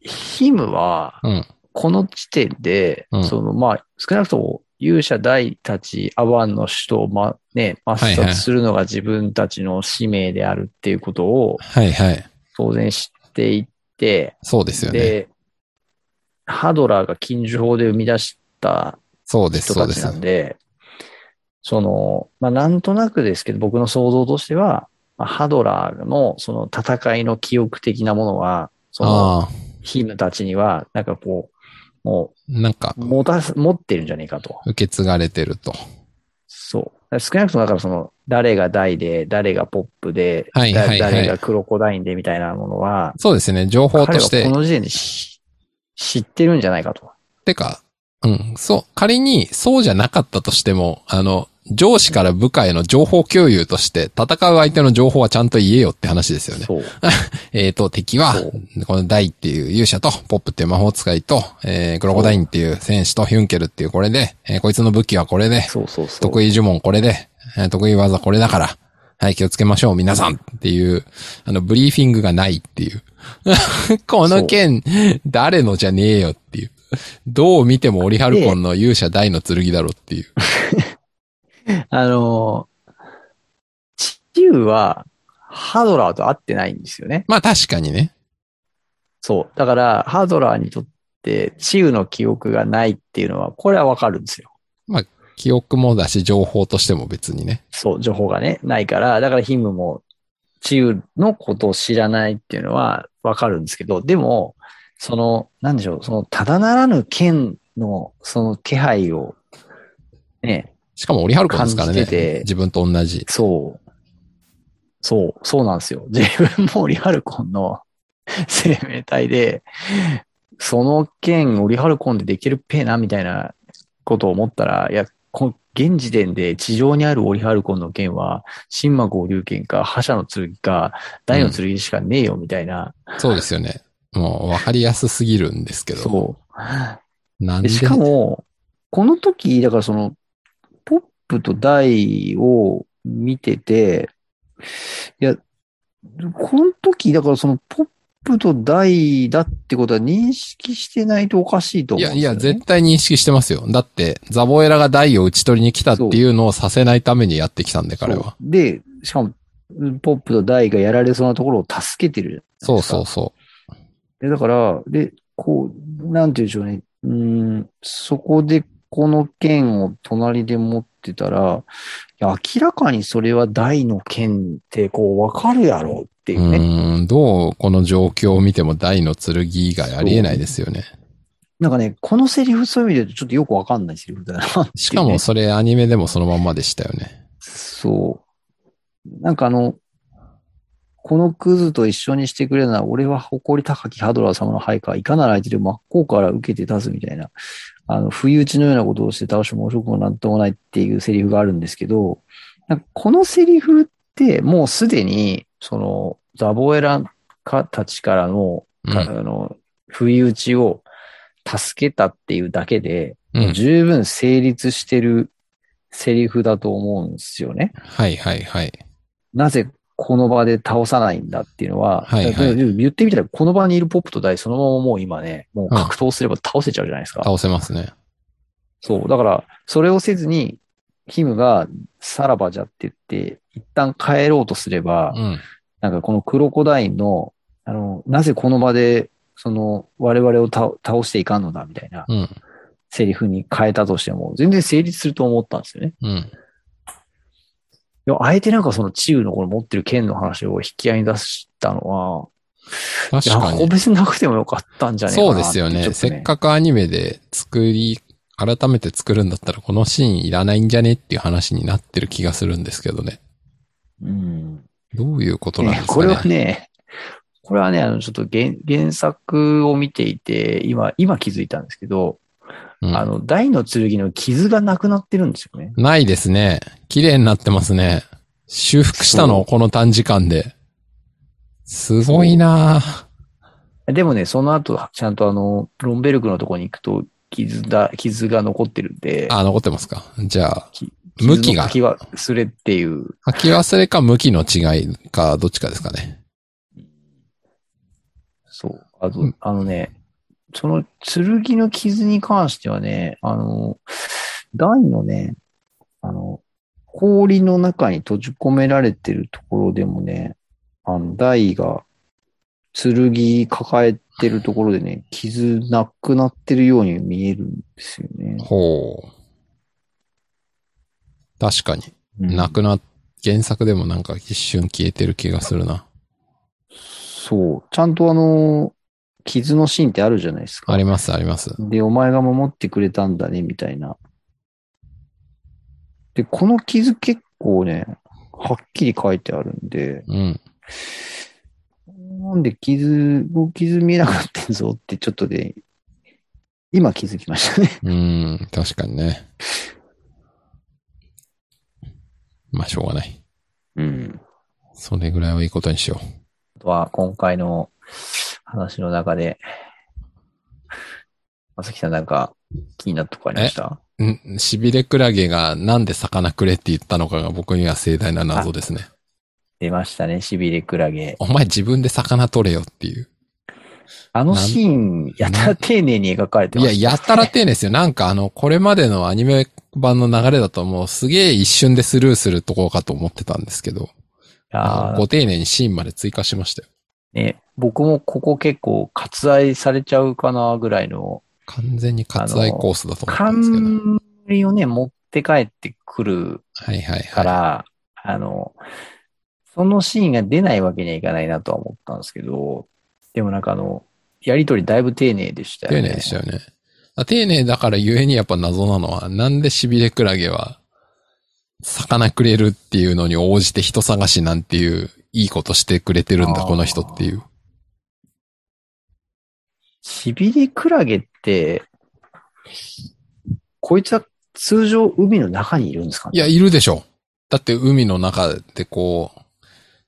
S2: ヒムは、
S1: うん、
S2: この地点で、
S1: うん
S2: その、まあ、少なくとも勇者大たちアワンの首都を、ま、ね、抹
S1: はいはい
S2: 殺するのが自分たちの使命であるっていうことを
S1: はいはい。
S2: 当然知っていて、
S1: そうですよね。
S2: で、ハドラーが禁酒法で生み出した
S1: そうです、
S2: 人
S1: そうで
S2: たちな
S1: す。
S2: んで、その、まあ、なんとなくですけど、僕の想像としては、まあ、ハドラーのその戦いの記憶的なものは、その
S1: ああ、
S2: ヒムたちには、なんかこう、も
S1: なんか
S2: う、、持たす、持ってるんじゃねえかと。
S1: 受け継がれてると。
S2: そう。だから少なくともだからその、誰が大で、誰がポップで、
S1: はいはいはい
S2: だ誰がクロコダインでみたいなものは、
S1: そうですね、情報
S2: 彼
S1: と
S2: は
S1: して。
S2: この時点でし知ってるんじゃないかと。
S1: てか、うん、そう、仮にそうじゃなかったとしても、あの、上司から部下への情報共有として、戦う相手の情報はちゃんと言えよって話ですよね。
S2: そう。
S1: えっ、と、敵は
S2: そう、
S1: このダイっていう勇者と、ポップっていう魔法使いと、えー、クロコダインっていう戦士と、ヒュンケルっていうこれで、えーこいつの武器はこれで、
S2: そうそうそう。
S1: 得意呪文これで、えー得意技これだから、はい、気をつけましょう、皆さんっていう、あの、ブリーフィングがないっていう。 この剣、誰のじゃねえよっていう。どう見てもオリハルコンの勇者大の剣だろっていう。
S2: あのー、チューは、ハドラーと会ってないんですよね。
S1: まあ確かにね。
S2: そう。だから、ハドラーにとって、チューの記憶がないっていうのは、これはわかるんですよ。
S1: 記憶もだし、情報としても別にね。
S2: そう、情報がね、ないから、だからヒムも、チューのことを知らないっていうのはわかるんですけど、でも、その、なんでしょう、その、ただならぬ剣の、その気配を、ね、
S1: しかもオリハルコンですからね。
S2: 感じてて
S1: 自分と同じ。
S2: そう。そう、そうなんですよ。自分もリハルコンの生命体で、その剣をリハルコンでできるっぺーな、みたいなことを思ったら、いや、こ現時点で地上にあるオリハルコンの剣は、新魔合流剣か、覇者の剣か、大の剣しかねえよ、みたいな。
S1: そうですよね。もう分かりやすすぎるんですけど。
S2: そう。
S1: なん
S2: で
S1: で
S2: しかも、この時、だからその、ポップと大を見てて、いや、この時、だからその、ポップと大だってことは認識してないとおかしいと
S1: い
S2: 思う
S1: や、い
S2: んですよ
S1: や、
S2: ね、
S1: 絶対認識してますよ。だって、ザボエラが台を打ち取りに来たっていうのをさせないためにやってきたんで、彼
S2: そう
S1: は。。
S2: で、しかも、ポップと大がやられそうなところを助けてるじゃな
S1: そ
S2: いで
S1: う
S2: すか
S1: そうそ
S2: で、だから、で、こう、なんて言うんでしょうね。うーん、そこでこの剣を隣で持ってたら、いや明らかにそれは大の剣ってこう、わかるやろって
S1: う。
S2: いううね。
S1: ーん、どうこの状況を見ても台の剣以外ありえないですよね。
S2: なんかね、このセリフそういう意味で言うとちょっとよくわかんないセリフだなっていうね、
S1: しかもそれアニメでもそのまんまでしたよね。
S2: そう。なんかあの、このクズと一緒にしてくれるなら、俺は誇り高きハドラー様の配下、いかなる相手でも真っ向から受けて立つみたいな、あの、不意打ちのようなことをして倒しても面白くもなんともないっていうセリフがあるんですけど、なんかこのセリフってもうすでに、その、ザボエラかたちからの、
S1: うん
S2: あの、不意打ちを助けたっていうだけで、
S1: うん。
S2: 十分成立してるセリフだと思うんですよね。
S1: はいはいはい。
S2: なぜこの場で倒さないんだっていうのは、
S1: はいはい
S2: だから言ってみたら、この場にいるポップとダイそのままもう今ね、もう格闘すれば倒せちゃうじゃないですか。
S1: 倒せますね。
S2: そう。だから、それをせずに、キムが、さらばじゃって言って、一旦帰ろうとすれば、
S1: うん。
S2: なんかこのクロコダインの、あの、なぜこの場で、その、我々を倒倒していかんのだ、みたいな
S1: うん。
S2: セリフに変えたとしても、全然成立すると思ったんですよね。
S1: うん。
S2: いや、あえてなんかそのチウのこの持ってる剣の話を引き合いに出したのは、い
S1: 確
S2: や、
S1: か
S2: ここ
S1: に。
S2: 別になくてもよかったんじゃねえかな
S1: そうですよね。せっ
S2: く。
S1: かくアニメで作り、改めて作るんだったらこのシーンいらないんじゃねっていう話になってる気がするんですけどね。
S2: うん。
S1: どういうことなんです
S2: こ
S1: か
S2: れ
S1: ね
S2: は。ね、これはね、あの、ちょっと原原作を見ていて、今、今気づいたんですけど、
S1: うん
S2: あの、大の剣の傷がなくなってるんですよね。
S1: ないですね。綺麗になってますね。修復した
S2: そ
S1: の
S2: う
S1: この短時間で。すごいなぁ
S2: でもね、その後、ちゃんとあの、ロンベルクのとこに行くと、傷だ、傷が残ってるんで、
S1: あ、残ってますか。じゃあ
S2: き、
S1: 向きが、
S2: 傷の先はすれっていう、
S1: 書き忘れか向きの違いか、どっちかですかね。
S2: そう。あと、
S1: うん
S2: あのね、その、剣の傷に関してはね、あの、台のね、あの、氷の中に閉じ込められてるところでもね、あの、台が、剣抱えてるところでね、傷なくなってるように見えるんですよね。
S1: ほう。確かに。
S2: うん
S1: なくな、原作でもなんか一瞬消えてる気がするな。
S2: そう。ちゃんとあの、傷のシーンってあるじゃないですか。
S1: あります、あります。
S2: で、お前が守ってくれたんだね、みたいな。で、この傷結構ね、はっきり書いてあるんで、
S1: うん。
S2: なんで傷、もう傷見えなくなってんぞってちょっとで、今気づきましたね。
S1: うん、確かにね。まあ、しょうがない。
S2: うん。
S1: それぐらいはいいことにしよう。
S2: あとは、今回の話の中で、まさきさんなんか気になったとこありました
S1: んしびれクラゲがなんで魚くれって言ったのかが僕には盛大な謎ですね。
S2: 出ましたね、しびれクラゲ。
S1: お前自分で魚取れよっていう。
S2: あのシーン、やたら丁寧に描かれて
S1: い
S2: ま
S1: や、
S2: す、ね。
S1: やたら丁寧ですよ。なんかあの、これまでのアニメ版の流れだともうすげえ一瞬でスルーするところかと思ってたんですけど、あ
S2: あー
S1: のご丁寧にシーンまで追加しましたよ。
S2: ね、僕もここ結構割愛されちゃうかなぐらいの、
S1: 完全に割愛コースだと思ったんですけど。
S2: 冠をね、持って帰ってくる
S1: はいはい
S2: か
S1: はい。
S2: ら、あの、そのシーンが出ないわけにはいかないなとは思ったんですけど、でもなんかあの、やりとりだいぶ丁寧でしたよ
S1: 丁
S2: ね。
S1: 寧でしたよね。あ丁寧だからゆえにやっぱ謎なのは、なんでしびれクラゲは、魚くれるっていうのに応じて人探しなんていう、いいことしてくれてるんだ、
S2: あー
S1: この人っていう。
S2: しびれクラゲって、こいつは通常海の中にいるんですかね
S1: いや、いるでしょ。だって海の中でこう、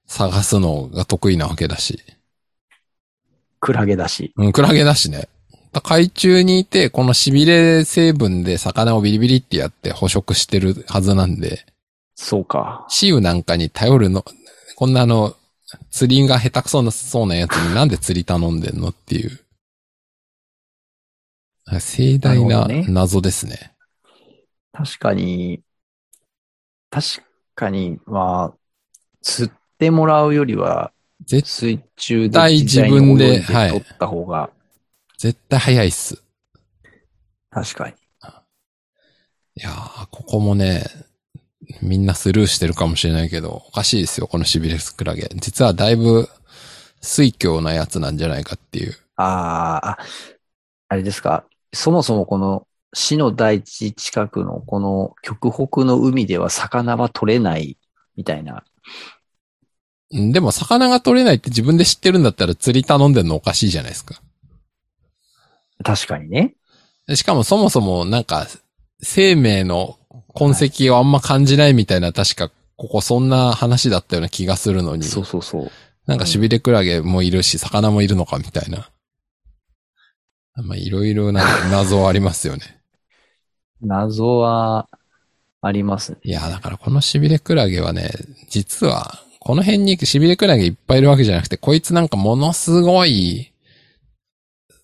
S1: 探すのが得意なわけだし。
S2: クラゲだし。
S1: うん、クラゲだしね。だ海中にいて、このしびれ成分で魚をビリビリってやって捕食してるはずなんで、
S2: そうか。
S1: シウなんかに頼るの、こんなあの、釣りが下手くそなそうなやつになんで釣り頼んでんのっていう。あ盛大
S2: な
S1: な
S2: るほどね
S1: 謎ですね。
S2: 確かに、確かに、まあ、釣ってもらうよりは、
S1: 絶
S2: 水中で
S1: 対
S2: 自在に
S1: 自分で
S2: 泳い
S1: はい
S2: 取った方が、
S1: 絶対早いっす。
S2: 確かに。
S1: いやー、ここもね、みんなスルーしてるかもしれないけど、おかしいですよ、このシビレスクラゲ。実はだいぶ、水強なやつなんじゃないかっていう。
S2: あーあ、あれですか。そもそもこの市の大地近くのこの極北の海では魚は取れないみたいな。
S1: うんでも、魚が取れないって自分で知ってるんだったら釣り頼んでんのおかしいじゃないですか。
S2: 確かにね。
S1: しかもそもそもなんか、生命の痕跡をあんま感じないみたいな、確か、ここそんな話だったような気がするのに、
S2: そうそうそう。
S1: なんかシビレクラゲもいるし、魚もいるのかみたいな。まあ、いろいろな謎はありますよね。
S2: 謎はありますね。
S1: いや、だからこのしびれクラゲはね、実は、この辺にしびれクラゲいっぱいいるわけじゃなくて、こいつなんかものすごい、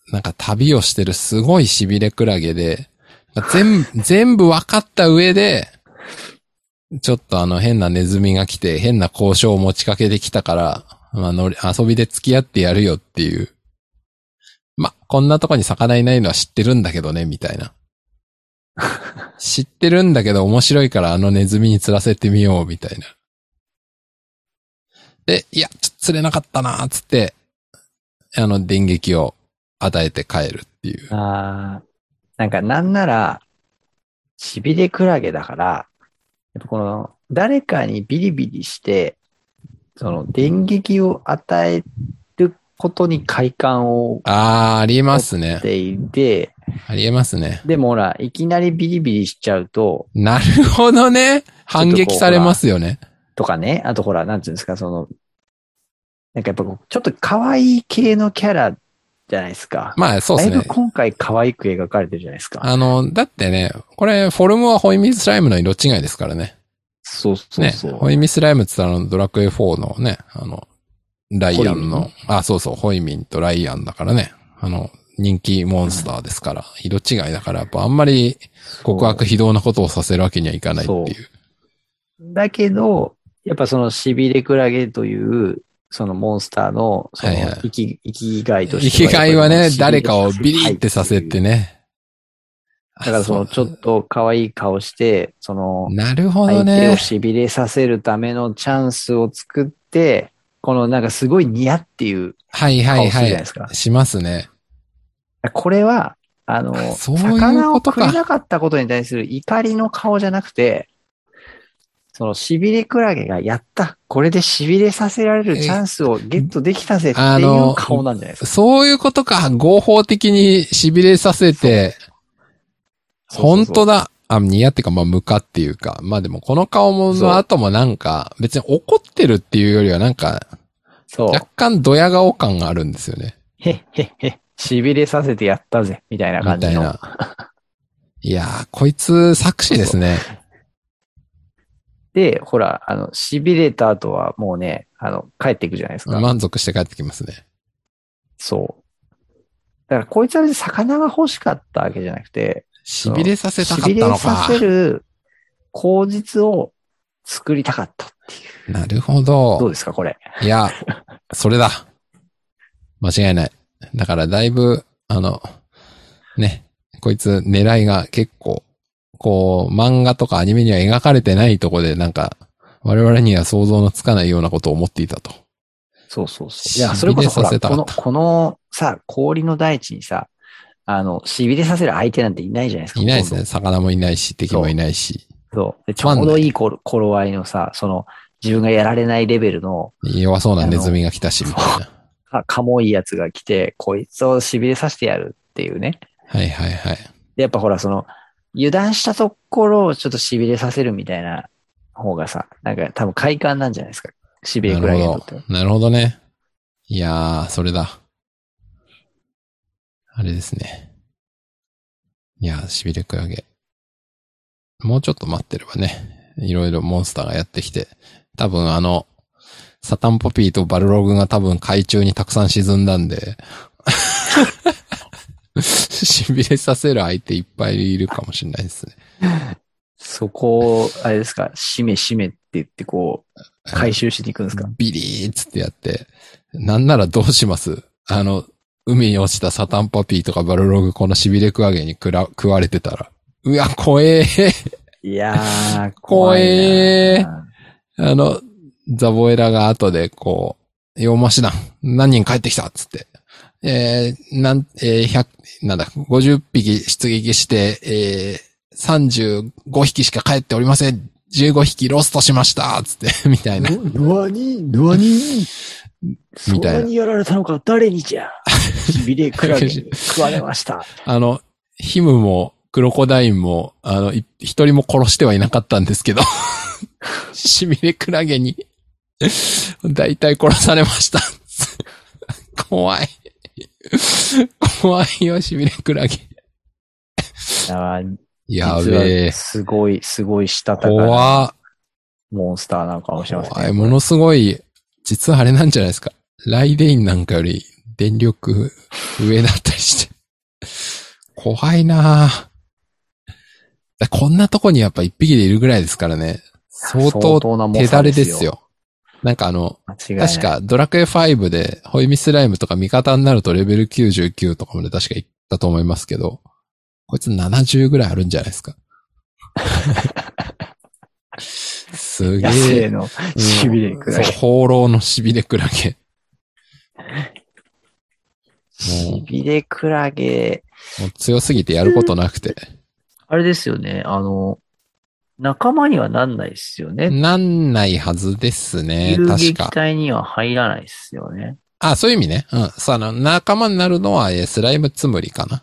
S1: なんか旅をしてるすごいしびれクラゲで、全部、全部分かった上で、ちょっとあの変なネズミが来て変な交渉を持ちかけてきたから、まあ、乗り遊びで付き合ってやるよっていう。ま、こんなとこに魚いないのは知ってるんだけどね、みたいな。知ってるんだけど面白いからあのネズミに釣らせてみよう、みたいな。で、いや、ちょっと釣れなかったな、つって、あの、電撃を与えて帰るっていう。
S2: あーなんかなんなら、しびれクラゲだから、やっぱこの、誰かにビリビリして、その、電撃を与えることに快感を
S1: あー、ありますね
S2: っ。ていて、
S1: ありえますね。
S2: でもほら、いきなりビリビリしちゃうと、
S1: なるほどね。反撃されますよね。
S2: とかね、あとほら、なんていうんですか、その、なんかやっぱこうちょっと可愛い系のキャラじゃないですか。
S1: まあ、そうで
S2: だ
S1: す
S2: い
S1: ね。
S2: ぶ今回可愛く描かれてるじゃないですか。
S1: あの、だってね、これ、フォルムはホイミスライムの色違いですからね。
S2: そうそう
S1: ね
S2: そ。う。
S1: ホイミスライムって言ったらあの、ドラクエ4のね、あの、ライアン
S2: ホ
S1: の、あ、そうそう、ホイミンとライアンだからね。あの、人気モンスターですから、色違いだから、やっぱあんまり告白非道なことをさせるわけにはいかないっていう。
S2: だけど、やっぱそのしびれクラゲという、そのモンスターの、その
S1: はいはい
S2: 生き、生きがいと
S1: 生
S2: し て
S1: き
S2: は
S1: がいはね、誰かを
S2: しび
S1: ビ
S2: れク
S1: リ
S2: ラゲ
S1: ってさせてね。
S2: だからそのちょっと可愛い顔して、その
S1: なるほど
S2: 相手
S1: ね
S2: を。しびれさせるためのチャンスを作って、このなんかすごいニヤっていう
S1: はいは
S2: 顔
S1: い
S2: するじゃない
S1: は
S2: ですか。
S1: い。しますね。
S2: これは、あの、
S1: そういうことか
S2: 魚を食えなかったことに対する怒りの顔じゃなくて、そのしびれクラゲがやった、これでしびれさせられるチャンスをゲットできたぜって
S1: あ
S2: い
S1: の
S2: う顔なんじゃないですか。
S1: そういうことか。合法的に痺れさせて、本当
S2: だ。
S1: だ。あ、ニヤってか、まあ、ムカっていうか。まあでも、この顔も、
S2: そう
S1: の後もなんか、別に怒ってるっていうよりは、なんか、
S2: そう。
S1: 若干ドヤ顔感があるんですよね。
S2: へっへっへ、しびれさせてやったぜ、みたいな感
S1: み
S2: じ
S1: たい
S2: の。
S1: な。いやー、こいつ、作詞ですね。
S2: で、ほら、あの、しびれた後はもうね、あの、帰っていくじゃないですか。
S1: 満足して帰ってきますね。
S2: そう。だから、こいつは別に魚が欲しかったわけじゃなくて、
S1: 痺れさせたかっ
S2: 痺
S1: たの
S2: れさ
S1: か。
S2: せる口実を作りたかったっていう。
S1: なるほ
S2: ど
S1: ど
S2: う。ですか、これ。
S1: いや、それだ。間違いない。だからだいぶ、あの、ね、こいつ狙いが結構、こう、漫画とかアニメには描かれてないとこで、なんか、我々には想像のつかないようなことを思っていたと。
S2: そうそうそう。いや、それこそほ
S1: 痺れさせ
S2: ら、
S1: た
S2: こ
S1: か
S2: の、
S1: った
S2: このさ、氷の大地にさ、あの、痺れさせる相手なんていないじゃないですか。
S1: いないですね。
S2: ほ
S1: 魚もいないし、敵もいないし。
S2: とんど。そう。でちょうどいい頃頃合いのさ、その、自分がやられないレベルの、
S1: 弱そうなネズミが来たし、みたいな。
S2: か、かもいいやつが来て、こいつを痺れさせてやるっていうね。
S1: はいはいはい。
S2: で、やっぱほら、その、油断したところをちょっと痺れさせるみたいな方がさ、なんか多分快感なんじゃないですか。痺れクラゲにとっては。
S1: なるほどね。いやー、それだ。あれですね。いやー、しびれクラゲ。もうちょっと待ってればね、いろいろモンスターがやってきて、多分あの、サタンポピーとバルログが多分海中にたくさん沈んだん で、 しびれさせる相手いっぱいいるかもしれないですね。
S2: そこを、あれですか、しめしめって言ってこう、回収しに行くんですか。
S1: ビリーっつってやって、なんならどうしますあの、海に落ちたサタンパピーとかバルログこのしびれクワゲに食ら食われてたら。うわ、怖え
S2: いやー、
S1: 怖
S2: 怖い
S1: え
S2: な
S1: あの、ザボエラが後でこう、洋マシだ。何人帰ってきたっつって。えー、なん、えー、100、なんだ、50匹出撃して、えー、35匹しか帰っておりません。15匹ロストしましたっつって、 みたいな。
S2: ぬわに、ぬわに、そ
S1: み
S2: ん
S1: たいな
S2: なにやられたのか、誰にじゃ。しびれクラ ゲに食われました。
S1: あの、ヒムもクロコダインも、あの、い一人も殺してはいなかったんですけど、しびれクラゲに、大体殺されました。怖い。怖いよ、しびれクラゲ。
S2: あ
S1: やべえ。
S2: すごい、すごいしたたかな
S1: 怖っ
S2: モンスターなんかもしれません、
S1: 怖い。ものすごい、実はあれなんじゃないですか。ライデインなんかより電力上だったりして。 怖いなぁ。だこんなとこにやっぱ一匹でいるぐらいですからね。相当
S2: なモン
S1: 手
S2: スタ
S1: だ
S2: ー
S1: れです。よ。なんかあの、
S2: 間違いない。
S1: 確かドラクエ5でホイミスライムとか味方になるとレベル99とかまで確か行ったと思いますけど、こいつ70ぐらいあるんじゃないです か。すげ
S2: 野生
S1: え。
S2: のしびれくらい。
S1: そう、放浪のしびれクラゲ。もう
S2: しびれクラゲ。
S1: もう強すぎてやることなくて。
S2: あれですよね、あの、仲間にはなんないですよね。
S1: なんないはずですね。
S2: 遊
S1: 確
S2: 撃
S1: か。
S2: 隊には入らないですよね。
S1: あ、そういう意味ね。うん。さあの、仲間になるのは、えースライムつむりかな。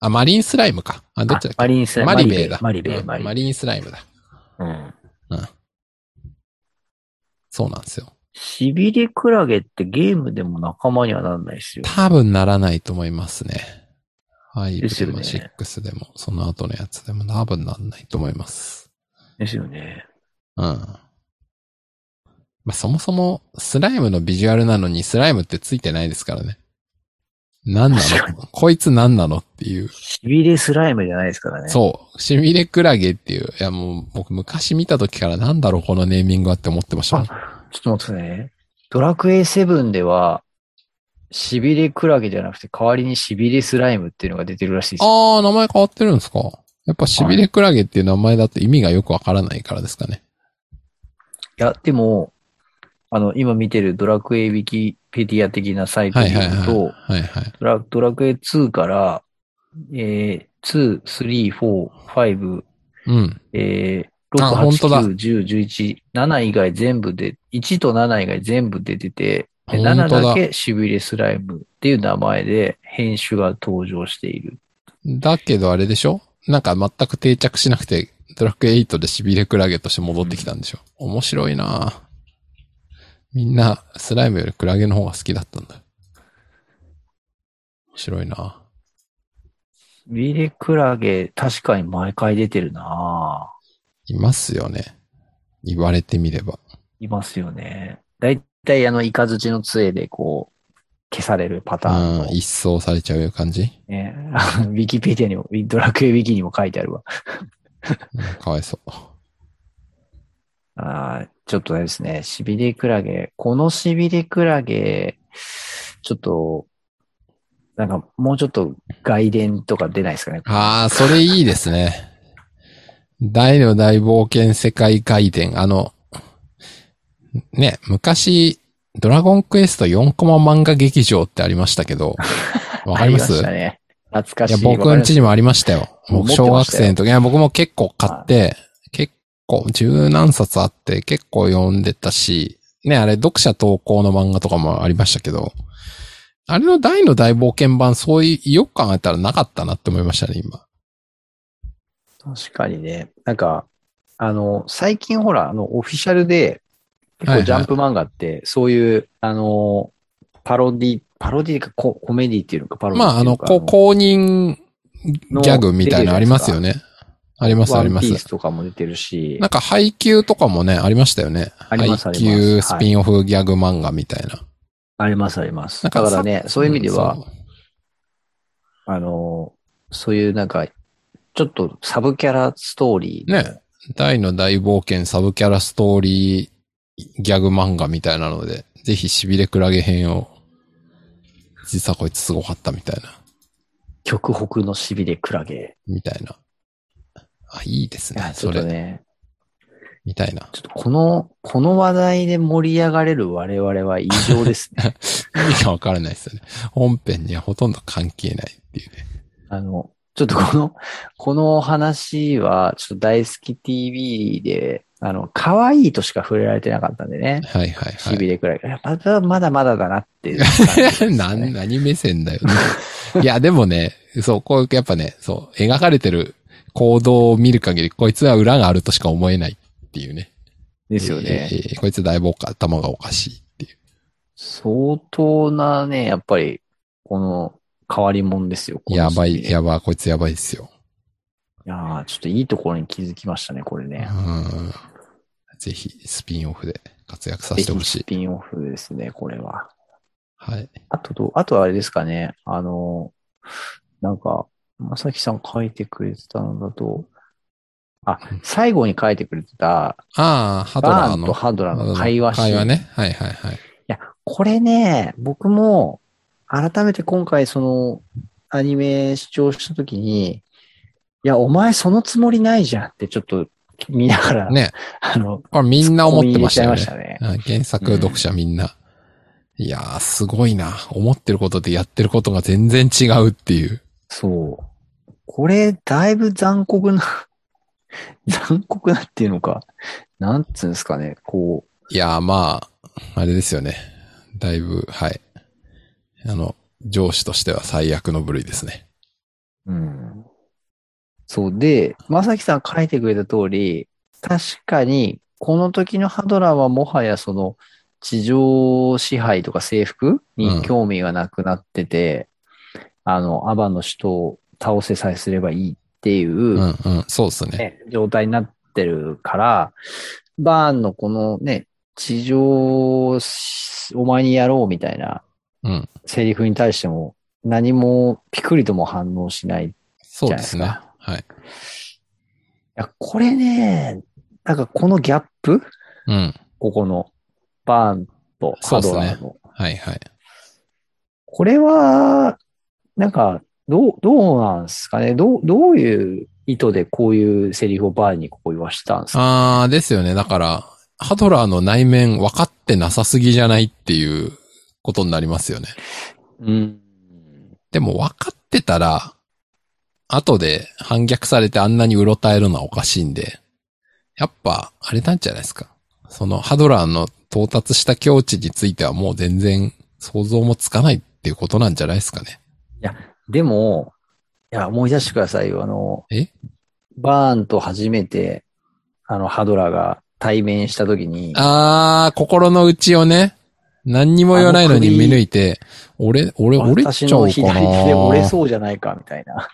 S1: あ、マリンスライムか。あ、どっちだっ
S2: あ
S1: け
S2: マリンス
S1: マリベイだ。
S2: マリベイ、
S1: うん
S2: マリベイ。
S1: マリンスライムだ。
S2: うん
S1: そうなんですよ。
S2: しびれクラゲってゲームでも仲間にはなんないですよ。
S1: 多分ならないと思いますね。はい。
S2: ですよね
S1: 6でも、その後のやつでも多分なんないと思います。
S2: ですよね。
S1: うん。まあ、そもそも、スライムのビジュアルなのに、スライムってついてないですからね。何な
S2: 確か
S1: のこいつ何なのっていう。
S2: しびれスライムじゃないですからね。
S1: そう。シミレクラゲっていう。いや、もう、僕昔見た時からなんだろう、このネーミングはって思ってましたもん。
S2: ちょっと待ってね。ドラクエ7では、しびれクラゲじゃなくて、代わりにしびれスライムっていうのが出てるらしいですよ。
S1: あー、名前変わってるんですか。やっぱシビレクラゲっていう名前だと意味がよくわからないからですかね。
S2: いや、でも、あの、今見てるドラクエウィキペディア的なサイト
S1: はい
S2: によ
S1: はい
S2: る
S1: はい。
S2: と、
S1: はいはい。
S2: ドラドラクエ2から、えー、2、3、4、5、
S1: うん。
S2: えー、
S1: あ
S2: 6、
S1: 本当だ
S2: 8、9、10、11、7以外全部で、1と7以外全部出てて、で
S1: 本
S2: 7
S1: 当だ
S2: だけしびれスライムっていう名前で編集が登場している。
S1: だけどあれでしょなんか全く定着しなくて、ドラクエ8でシビレクラゲとして戻ってきたんでしょ、面白いなぁみんな、スライムよりクラゲの方が好きだったんだ。面白いなぁ
S2: ビレクラゲ、確かに毎回出てるない
S1: ますよね。言われてみれば。
S2: ぁいますよね。だいたいあの、イカズチの杖でこう、消されるパターン
S1: あ
S2: の
S1: あ、一掃されちゃう感じ、
S2: ね。あ のウィキペディアにも、ウィドラクエウィキにも書いてあるわ。
S1: うんかわいそう。
S2: あーちょっとあれですね、しびれクラゲ。このしびれクラゲ、ちょっと、なんかもうちょっと外伝とか出ないですかね。
S1: ああ、それいいですね。大の大冒険世界外伝。あの、ね、昔、ドラゴンクエスト4コマ漫画劇場ってありましたけ ど、わかります
S2: あしたね。懐か
S1: い
S2: しい。
S1: や、僕
S2: わかり
S1: ん
S2: ます
S1: ちにもありましたよ。
S2: 持っ
S1: 僕、
S2: てました
S1: 小
S2: よ
S1: 学生の時。いや、僕も結構買って、結構、十何冊あって、結構読んでたし、ね、あれ、読者投稿の漫画とかもありましたけど、あれの大の大冒険版、そういう、よく考えたらなかったなって思いましたね、今。
S2: 確かにね。なんか、あの、最近ほら、あの、オフィシャルで、結
S1: はいは
S2: 構
S1: い
S2: ジャンプ漫画って、そういう、あの、パロディ、パロディかココメディっていうのか、パロディ
S1: まあ、あ
S2: ってい
S1: の、
S2: うか。
S1: こう、公認ギャグみたいなのありますよ
S2: ね。
S1: ね。あります、ありま
S2: ワンピー
S1: す。
S2: スとかも出てるし
S1: なん、か、配給とかもね、ありましたよね。
S2: あります
S1: 配給スピンオフギャグ漫画みたいな。
S2: ありますあります。
S1: な
S2: だ
S1: んか
S2: からね、そういう意味では
S1: ん、そう
S2: あの、そういうなんか、ちょっとサブキャラストーリー。
S1: ね、大の大冒険サブキャラストーリーギャグ漫画みたいなので、ぜひしびれクラゲ編を、実はこいつすごかったみたいな、
S2: 極北のしびれクラゲ。
S1: みたいな。あ、いいです
S2: いや
S1: ね。
S2: ち
S1: そ
S2: ょっ
S1: れ、
S2: とね、
S1: みたいな。
S2: ちょっとこの、この話題で盛り上がれる我々は異常ですね。
S1: 意味がわからないですよね。本編にはほとんど関係ないっていうね。
S2: あの、ちょっとこの、 この話は、ちょっと大好き TV で、あの、可愛いとしか触れられてなかったんでね。
S1: はいはいは
S2: し
S1: い。
S2: びれくらい。やまだまだまだだなっ ていう感じですね、
S1: なん何目線だよ、ね。いや、でもね、そう、こう、やっぱね、そう、描かれてる行動を見る限り、こいつは裏があるとしか思えないっていうね。
S2: ですよね
S1: え。ーえーこいつだいぶおか頭がおかしいっていう。
S2: 相当なね、やっぱり、この、変わり者ですよ。この
S1: や
S2: 時期
S1: ばい、やばい、こいつやばいっすよ。
S2: いやーちょっといいところに気づきましたね、これ
S1: う
S2: ね。
S1: ん。ぜひ、スピンオフで活躍さ
S2: ぜ
S1: せて
S2: ひ
S1: ほし
S2: ス
S1: い。
S2: ピンオフですね、これは。
S1: はい。
S2: あとどう、あとはあれですかね。あの、なんか、まさきさん書いてくれてたのだと、あ、最後に書いてくれてた、
S1: ああ、ハドラ
S2: バ
S1: ー
S2: ーンと
S1: の。
S2: ハドラーの
S1: うん
S2: 会話シーン。
S1: 会話ね。はいはいはい。
S2: いや、これね、僕も、改めて今回その、アニメ視聴したときに、いや、お前そのつもりないじゃんってちょっと見ながら、
S1: ね。
S2: あの、
S1: これみんな思ってましたよ
S2: ツ
S1: ね
S2: ッ。コミ入れちゃいましたね。
S1: うん原作読者みんな。いやー、すごいな。思ってることでやってることが全然違うっていう。
S2: そう。これ、だいぶ残酷な、 残酷なっていうのか、なんつうんですかね、こう、
S1: いやー、まあ、あれですよね。だいぶ、はい。あの、上司としては最悪の部類ですね。
S2: うん。そうで、まさきさん書いてくれた通り、確かに、この時のハドラーはもはやその、地上支配とか征服
S1: うん
S2: に興味がなくなってて、あの、アバンの人を倒せさえすればいいっていう、
S1: うんうん、そうですね。
S2: ね、状態になってるから、バーンのこのね、地上し、お前にやろうみたいな
S1: うん。
S2: セリフに対しても、何もピクリとも反応しない。い
S1: そうですね。
S2: じゃない
S1: はい。
S2: や、これね、なんかこのギャップ
S1: うん。
S2: ここの、バーンとハドラーの。
S1: はいはい。
S2: これは、なんか、どう、どうなんですかねどう、どういう意図でこういうセリフをバーンにこう言わしたんですか
S1: あー、ですよね。だから、ハドラーの内面分かってなさすぎじゃないっていうことになりますよね。
S2: うん。
S1: でも分かってたら、後で反逆されてあんなにうろたえるのはおかしいんで、やっぱ、あれなんじゃないですか。そのハドラーの到達した境地についてはもう全然想像もつかないっていうことなんじゃないですかね。
S2: でも、いや、思い出してくださいよ。あの、
S1: え
S2: バーンと初めて、あの、ハドラーが対面したときに、
S1: あー、心の内をね、何にも言わないのに見抜いて、俺、俺、折れ
S2: 私
S1: ちゃう
S2: の
S1: かな
S2: 左手で折れそうじゃないか、みたいな。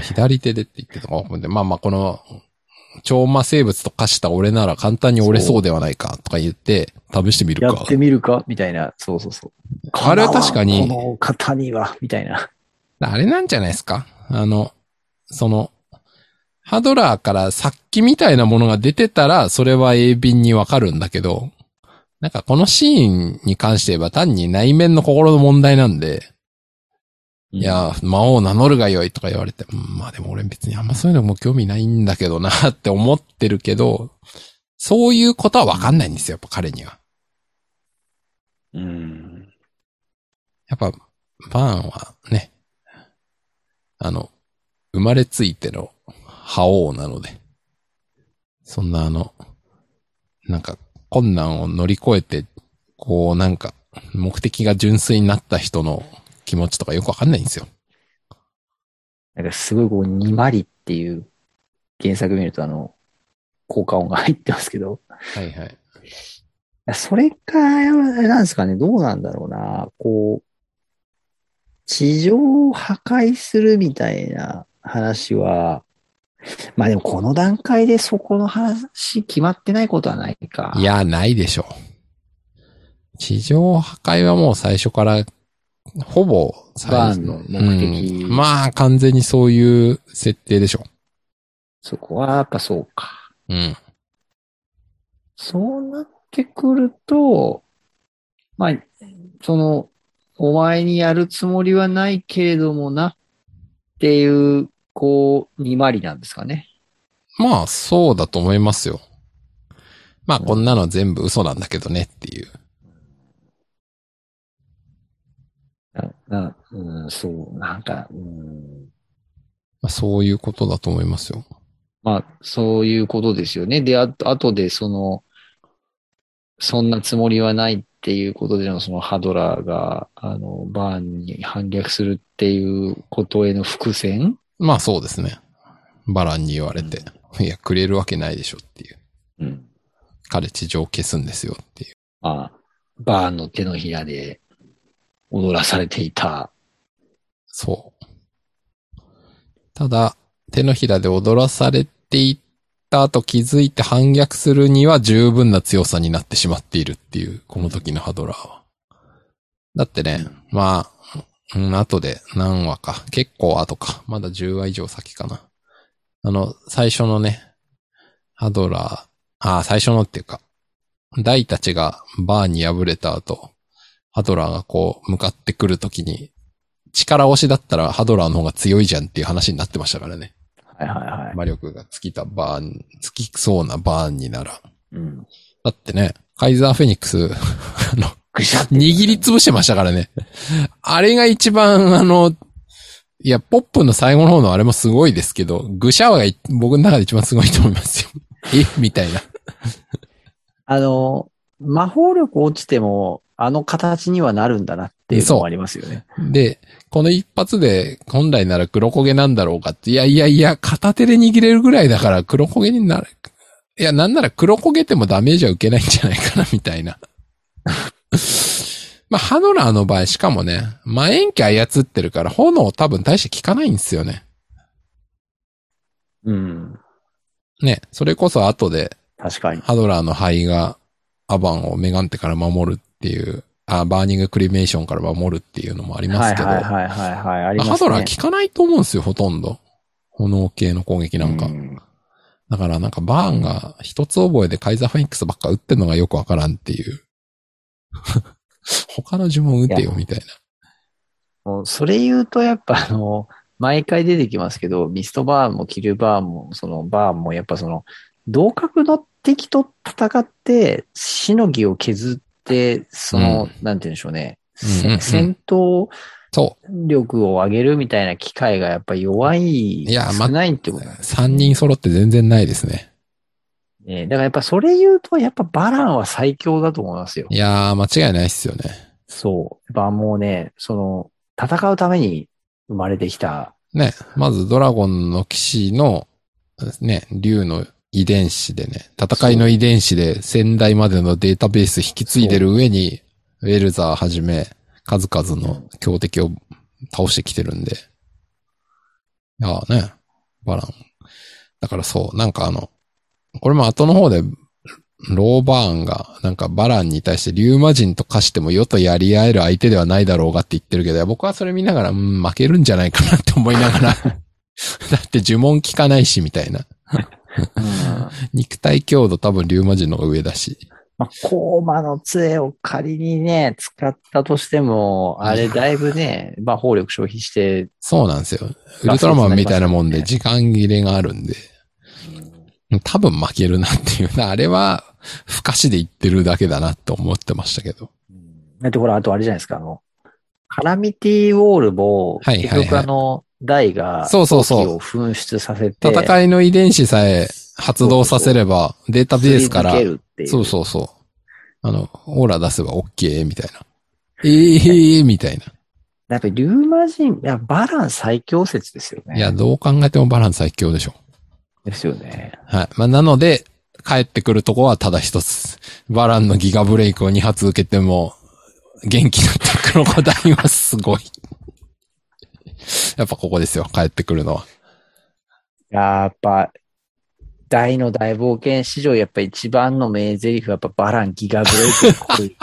S1: 左手でって言ってたかもで、まあまあこの、超魔生物と化した俺なら簡単に折れそうではないかとか言って、試してみる
S2: や
S1: か
S2: っ。てみるかみたいな。そうそうそう。
S1: あれは確かに
S2: この方には、みたいな。
S1: あれなんじゃないですかあの、その、ハドラーから殺気みたいなものが出てたら、それは鋭敏にわかるんだけど、なんかこのシーンに関して言えば単に内面の心の問題なんで、いや、魔王を名乗るが良いとか言われて、うんまあでも俺別にあんまそういうのも興味ないんだけどなって思ってるけど、そういうことはわかんないんですよ、やっぱ彼には。
S2: うん。
S1: やっぱ、バーンはね、あの、生まれついての覇王なので、そんなあの、なんか困難を乗り越えて、こうなんか目的が純粋になった人の気持ちとかよくわかんないんですよ。
S2: なんかすごいこう、にまりっていう原作見ると、あの、効果音が入ってますけど、
S1: はいはい。
S2: それか、なんですかね、どうなんだろうな。こう、地上を破壊するみたいな話は、まあでもこの段階でそこの話決まってないことはないか。
S1: いや、ないでしょう。地上破壊はもう最初から、ほぼ最
S2: バーンの目的
S1: うんまあ、完全にそういう設定でしょ
S2: そこはやっぱそうか。
S1: う。うん。
S2: そうなってくると、まあ、その、お前にやるつもりはないけれどもな、っていう、こう、にまりなんですかね。
S1: まあ、そうだと思いますよ。まあ、こんなの全部嘘なんだけどねっていう。
S2: な、な、うん、そう、なんか、うん、
S1: まあ、そういうことだと思いますよ。
S2: まあ、そういうことですよね。で、あと、あとで、その、そんなつもりはないっていうことでの、そのハドラーが、あの、バーンに反逆するっていうことへの伏線
S1: まあ、そうですね。バランに言われて。いや、くれるわけないでしょっていう。
S2: うん。
S1: 彼、地上を消すんですよっていう。
S2: まあ、バーンの手のひらで踊らされていた
S1: そう。ただ、手のひらで踊らされていった後気づいて反逆するには十分な強さになってしまっているっていう、この時のハドラーは。だってね、まあ、うん、後で何話か、結構後か、まだ10話以上先かな。あの、最初のね、ハドラー、ああ、最初のっていうか、ダイたちがバーに敗れた後、ハドラーがこう、向かってくる時に、力押しだったらハドラーの方が強いじゃんっていう話になってましたからね。
S2: はいはいはい。
S1: 魔力が尽きたバーン、尽きそうなバーンになら。
S2: うん。
S1: だってね、カイザーフェニックス、 あの、
S2: ぐしゃって
S1: 握りつぶしてましたからね。あれが一番、あの、いや、ポップの最後の方のあれもすごいですけど、グシャワがい僕の中で一番すごいと思いますよ。 えみたいな。
S2: あの、魔法力落ちても、あの形にはなるんだなっていうのもありますよね。
S1: で、この一発で本来なら黒焦げなんだろうかって、いやいやいや、片手で握れるぐらいだから黒焦げになる。いや、なんなら黒焦げてもダメージは受けないんじゃないかな、みたいな。 まあ、ハノラーの場合、しかもね、魔炎器操ってるから、炎多分大して効かないんですよね。
S2: うん。
S1: ね、それこそ後で、
S2: 確かに。
S1: ハドラーの灰がアバンをメガンテから守るっていう、あ、バーニングクリメーションから守るっていうのもありま
S2: は
S1: す
S2: い
S1: けど、
S2: はいはいはいはい。あり
S1: まあ
S2: ますね。
S1: ハドラー効かないと思うんですよ、ほとんど。炎系の攻撃なんか。
S2: うん
S1: だからなんかバーンが一つ覚えでカイザーフェニックスばっか打ってんのがよくわからんっていう。 他の呪文打てよ、みたいな。
S2: もうそれ言うとやっぱあの、毎回出てきますけど、ミストバーンもキルバーンも、そのバーンもやっぱその、同格の敵と戦って、しのぎを削って、その、なんて言うんでしょうね。
S1: うんうんうん
S2: せ戦闘
S1: そう。
S2: 力を上げるみたいな機会がやっぱ弱い、
S1: いやま
S2: 少ないってこと、
S1: 三人揃って全然ないですね。
S2: ね。だからやっぱそれ言うと、やっぱバランは最強だと思いますよ。
S1: いやー、間違いないっすよね。
S2: そう。やっぱもうね、その、戦うために生まれてきた。
S1: ね、まずドラゴンの騎士の、ね、竜の遺伝子でね、戦いの遺伝子で先代までのデータベース引き継いでる上に、ウェルザーはじめ、数々の強敵を倒してきてるんで。いやーね、バラン。だからそう、なんかあの、これも後の方で、ローバーンが、なんかバランに対してリューマ人と化しても世とやり合える相手ではないだろうがって言ってるけどいや、僕はそれ見ながら、うん、負けるんじゃないかなって思いながら、だって呪文効かないし、みたいな。
S2: うん
S1: 肉体強度多分リューマ人の方が上だし。
S2: まあ、コーマの杖を仮にね、使ったとしても、あれだいぶね、 まあ、法力消費して、
S1: そうなんですよ。ウルトラマンみたいなもんで
S2: ラス
S1: 時間切れがあるんで、多分負けるなっていう。あれは、不可視で言ってるだけだなと思ってましたけど。
S2: だってほら、あとあれじゃないですか、あの、カラミティウォールも、
S1: はいはいはい
S2: 結局あの、ダイが、
S1: そうそうそう
S2: 武器を噴出させて、
S1: 戦いの遺伝子さえ発動させれば、データベースから、
S2: すり抜けるっていう
S1: そうそうそう。あの、オーラ出せば OK みたいな。ええー、みたいな。
S2: やっぱりリューマ人、いや、バラン最強説ですよね。
S1: いや、どう考えてもバランス最強でしょ。
S2: ですよね。
S1: はい。まあ、なので、帰ってくるとこはただ一つ。バランのギガブレイクを2発受けても、元気だったクロコダインはすごい。 やっぱここですよ、帰ってくるのは。
S2: やっぱ、大の大冒険史上、やっぱ一番の名台詞はやっぱバランギガブレイクの恋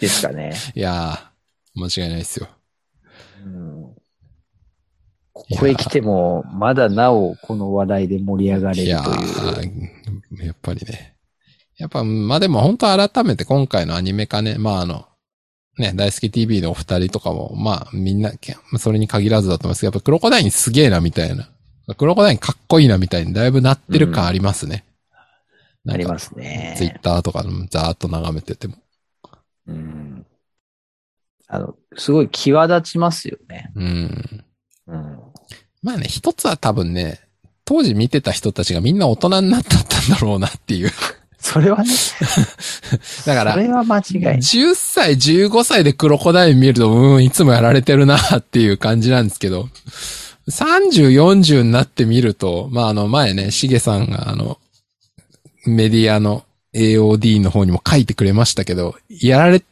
S2: ですか ね。
S1: いやー、間違いないですよ。
S2: うんここへ来ても、まだなおこの話題で盛り上がれ
S1: い
S2: る
S1: や
S2: という。
S1: ー、やっぱりね。やっぱ、まあでも本当改めて今回のアニメ化ね、まああの、ね、大好き TV のお二人とかも、まあみんな、けそれに限らずだと思いますけど、やっぱクロコダインすげえなみたいな。クロコダインかっこいいなみたいにだいぶなってる感ありますね。
S2: あ
S1: な
S2: り
S1: ん
S2: ま
S1: か、
S2: すね。
S1: ツイッターとかでもざーっと眺めてても。
S2: うんあの、すごい際立ちますよね。
S1: うん。
S2: うん。
S1: まあね、一つは多分ね、当時見てた人たちがみんな大人になったったんだろうなっていう。
S2: それ はね、
S1: だから
S2: そ、れは間違いない。
S1: 10歳、15歳でクロコダイン見ると、うん、いつもやられてるなっていう感じなんですけど、30、40になってみると、まあ、あの、前ね、しげさんが、あの、メディアの AOD の方にも書いてくれましたけど、やられ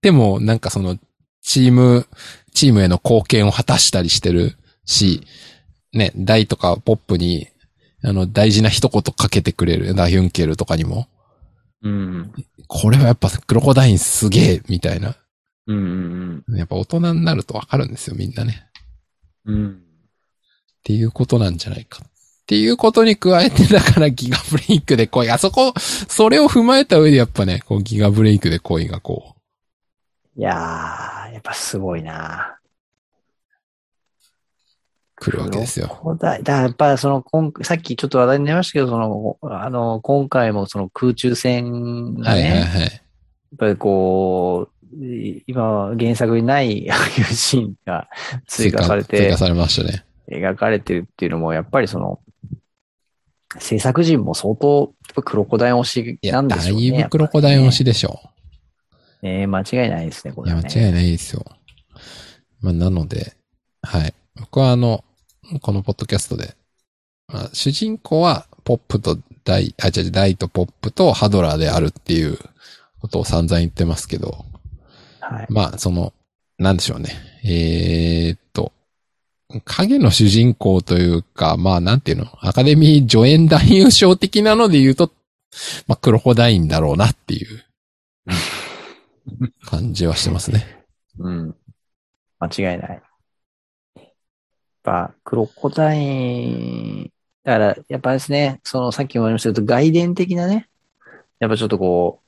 S1: ても、なんかその、チームチームへの貢献を果たしたりしてるし、ね、大とかポップに、あの、大事な一言かけてくれる、ダヒュンケルとかにも、
S2: うん。
S1: これはやっぱクロコダインすげえ、みたいな。
S2: うんうん
S1: やっぱ大人になるとわかるんですよ、みんなね。
S2: うん。うん。
S1: っていうことなんじゃないか。っていうことに加えて、だからギガブレイクで恋。あそこ、それを踏まえた上でやっぱね、こうギガブレイクで恋がこ
S2: いやー、やっぱすごいな
S1: う、来るわけですよ。
S2: こうだ、だやっぱその今、さっきちょっと話題になりましたけど、その、あの、今回もその空中戦が
S1: は
S2: ね、
S1: いはいはい。
S2: やっぱりこう、い今、原作にない ああいうシーンが追加され
S1: 追
S2: て
S1: 加、されましたね。
S2: 描かれてるっていうのも、やっぱりその、制作陣も相当、やっぱクロコダイン推し
S1: い
S2: な
S1: や、
S2: んで
S1: だ
S2: しょうね。
S1: いぶクロコダイン推し
S2: で。
S1: でしょ。
S2: ね間違いないですね、こ
S1: い
S2: れ
S1: や、
S2: は、ね。
S1: 間違いないですよ。まあ、なので、はい。僕はあの、このポッドキャストで、まあ、主人公はポップとダイ、あ、違う違う、ダイとポップとハドラーであるっていうことを散々言ってますけど、
S2: はい。
S1: まあ、その、なんでしょうね。えーっと、影の主人公というか、まあ、なんていうの、アカデミー助演男優賞的なので言うと、まあ、クロコダインだろうなっていう感じはしてますね。
S2: うん。間違いない。やっぱ、クロコダイン、だから、やっぱですね、その、さっきも言いましたけど、外伝的なね、やっぱちょっとこう、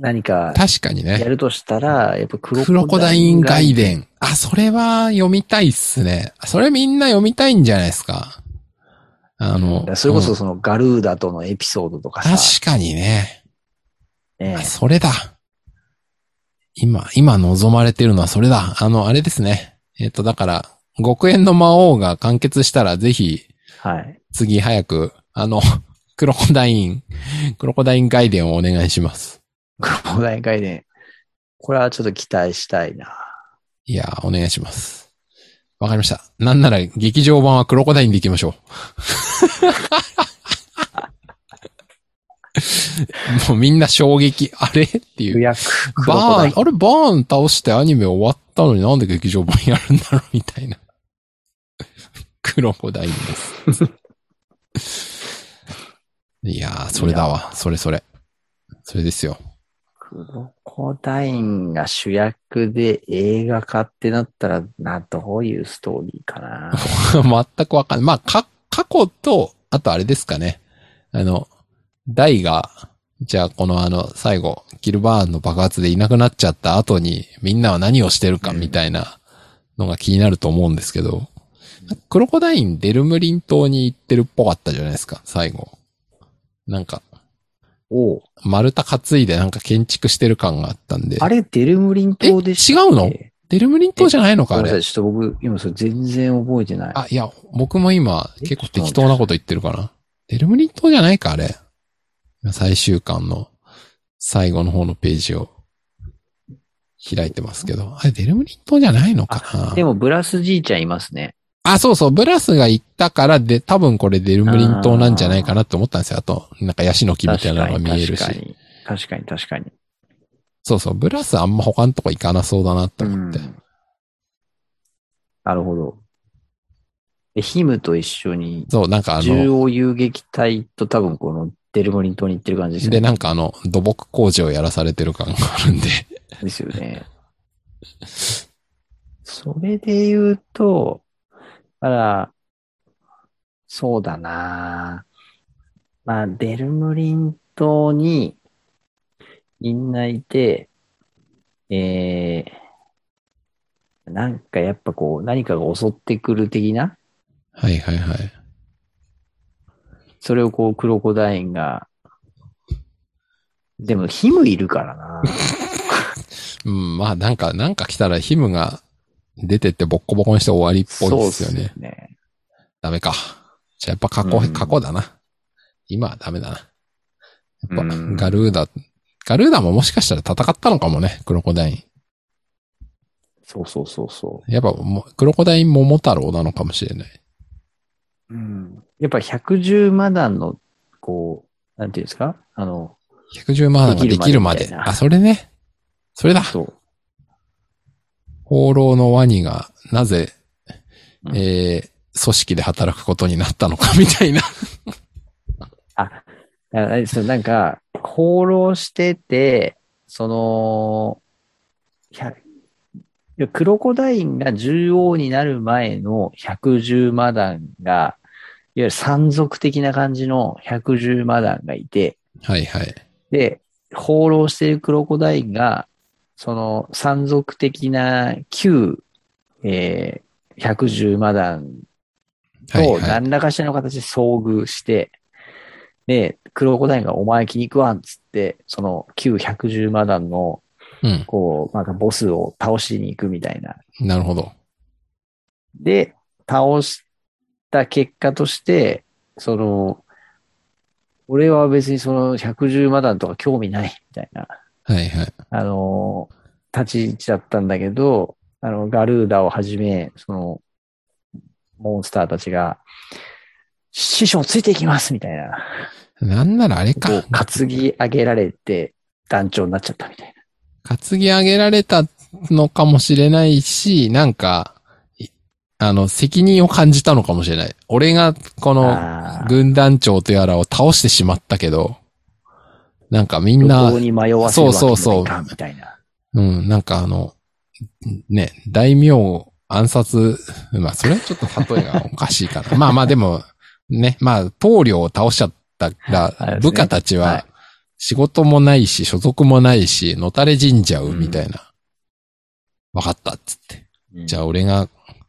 S2: 何か
S1: 確かに
S2: や
S1: ね。
S2: るとしたら、やっぱクロ
S1: クロコ
S2: コダ
S1: ダ
S2: イ
S1: イ
S2: ン
S1: ン
S2: が
S1: 外伝。あ、それは読みたいっすね。それみんな読みたいんじゃないですか。あ
S2: だ
S1: の
S2: か、らそれこそ
S1: うん
S2: そのガルーダとのエピソードとかさ、
S1: 確かにね。
S2: ね
S1: あそれだ。今、今望まれてるのはそれだ。あの、あれですね。えっ、と、だから、極縁の魔王が完結したら、ぜひ、
S2: はい。
S1: 次早く、あの、 クロコダイン、クロコダイン外伝をお願いします。
S2: クロコダイン外伝。これはちょっと期待したいな。
S1: いやー、お願いします。わかりました。なんなら、劇場版はクロコダインでいきましょう。も うみんな衝撃、あれっていう
S2: 予。約。クロコ
S1: バ
S2: ダイン
S1: ーン、あれバーン倒してアニメ終わったのになんで劇場版やるんだろうみたいな。クロコダインです。 いやー、それだわ。それそれ。それですよ。
S2: クロコダインが主役で映画化ってなったら、な、どういうストーリー かな。
S1: 全くわかんない。まあ、か、過去と、あとあれですかね。あの、ダイが、じゃあこのあの、最後、キルバーンの爆発でいなくなっちゃった後に、みんなは何をしてるかみたいなのが気になると思うんですけど、クロコダインデルムリン島に行ってるっぽかったじゃないですか、最後。なんか、
S2: おう
S1: 丸太担いでなんか建築してる感があったんで。
S2: あれ、デルムリン島でしたっけ
S1: え違うのデルムリン島じゃないのか、
S2: ご
S1: あ
S2: めんなさ
S1: れ
S2: い、。ちょっと僕、今それ全然覚えてない。
S1: あ、いや、僕も今、
S2: え
S1: 結構適当なこと言ってるかな。デルムリン島じゃないか、あれ。最終巻の最後の方のページを開いてますけど。あれ、デルムリン島じゃないのか
S2: で
S1: な
S2: も、ブラスじいちゃんいますね。
S1: あ、そうそう、ブラスが行ったから、で、多分これデルムリン島なんじゃないかなって思ったんですよ。あと、なんかヤシの木みたいなのが見える
S2: 確か
S1: し。
S2: に、確かに、確かに。
S1: そうそう、ブラスあんま他のとこ行かなそうだなって思って。
S2: うんなるほど。で、ヒムと一緒に、
S1: そう、なんかあ
S2: 中
S1: の、
S2: 央遊撃隊と多分このデルモリン島に行ってる感じです
S1: で、
S2: よね。
S1: なんかあの、土木工事をやらされてる感があるんで。
S2: ですよね。 それで言うと、あら、そうだなまあ、デルムリン島にみんないて、えー、なんかやっぱこう、何かが襲ってくる的な
S1: はいはいはい。
S2: それをこう、クロコダインが、でも、ヒムいるからな。
S1: うん、まあなんか、なんか来たらヒムが出てってボッコボコにして終わりっぽいですよ
S2: そうっ
S1: ね。
S2: すね。
S1: ダメか。じゃあやっぱ過去、
S2: うん
S1: 過去だな。今はダメだな。やっぱ、
S2: うん
S1: ガルーダ、ガルーダももしかしたら戦ったのかもね、クロコダイ
S2: そうそうそうそう。
S1: ン。やっぱも、クロコダイン桃太郎なのかもしれない。
S2: うんやっぱ110マダンの、こう、なんていうんですかあの、
S1: 110万ができるま
S2: で
S1: で。
S2: きるまでみたいな
S1: あ、それね。それだ。
S2: そう。
S1: 放浪のワニがなぜ、
S2: うん
S1: えー組織で働くことになったのかみたいな。
S2: だからそうなんか、放浪してて、その、いやいやクロコダインが獣王になる前の百獣マダンが、いわゆる山賊的な感じの百獣マダンがいて、
S1: はいはい。
S2: で、放浪しているクロコダインが、その山賊的な旧、えー、百獣マダン
S1: はい
S2: と
S1: はい。
S2: 何らかしらの形で遭遇して、で、クロコダインがお前気に食わんっつって、その旧110マダンの、
S1: うん。
S2: こう、なんかボスを倒しに行くみたいな。
S1: なるほど。
S2: で、倒した結果として、その、俺は別にその110マダンとか興味ないみたいな、
S1: はいはい。
S2: あの、立ち位置だったんだけど、あの、ガルーダをはじめ、その、モンスターたちが、師匠ついていきますみたいな。
S1: なんならあれ
S2: こ
S1: か
S2: う。担ぎ上げられて団長になっちゃったみたい
S1: 担ぎ上げられたのかもしれないし、なんか、いあの、責任を感じたのかもしれない。俺が、この、
S2: な。
S1: 軍団長とやらを倒してしまったけど、なんかみんな
S2: 路頭、に迷わせるわけに
S1: そうそうそ
S2: も
S1: う
S2: いかんみたいな。
S1: うん、なんかあの、ね、大名を暗殺、まあ、それはちょっと例えがおかしい かな。まあまあでも、ね、まあ、棟梁を倒しちゃったら、
S2: そうですね
S1: 部下たち
S2: はい
S1: は、仕事もないし、所属もないし、のたれ死んじゃうみたいな。わ、かったっつって。
S2: うん
S1: じゃあ俺が、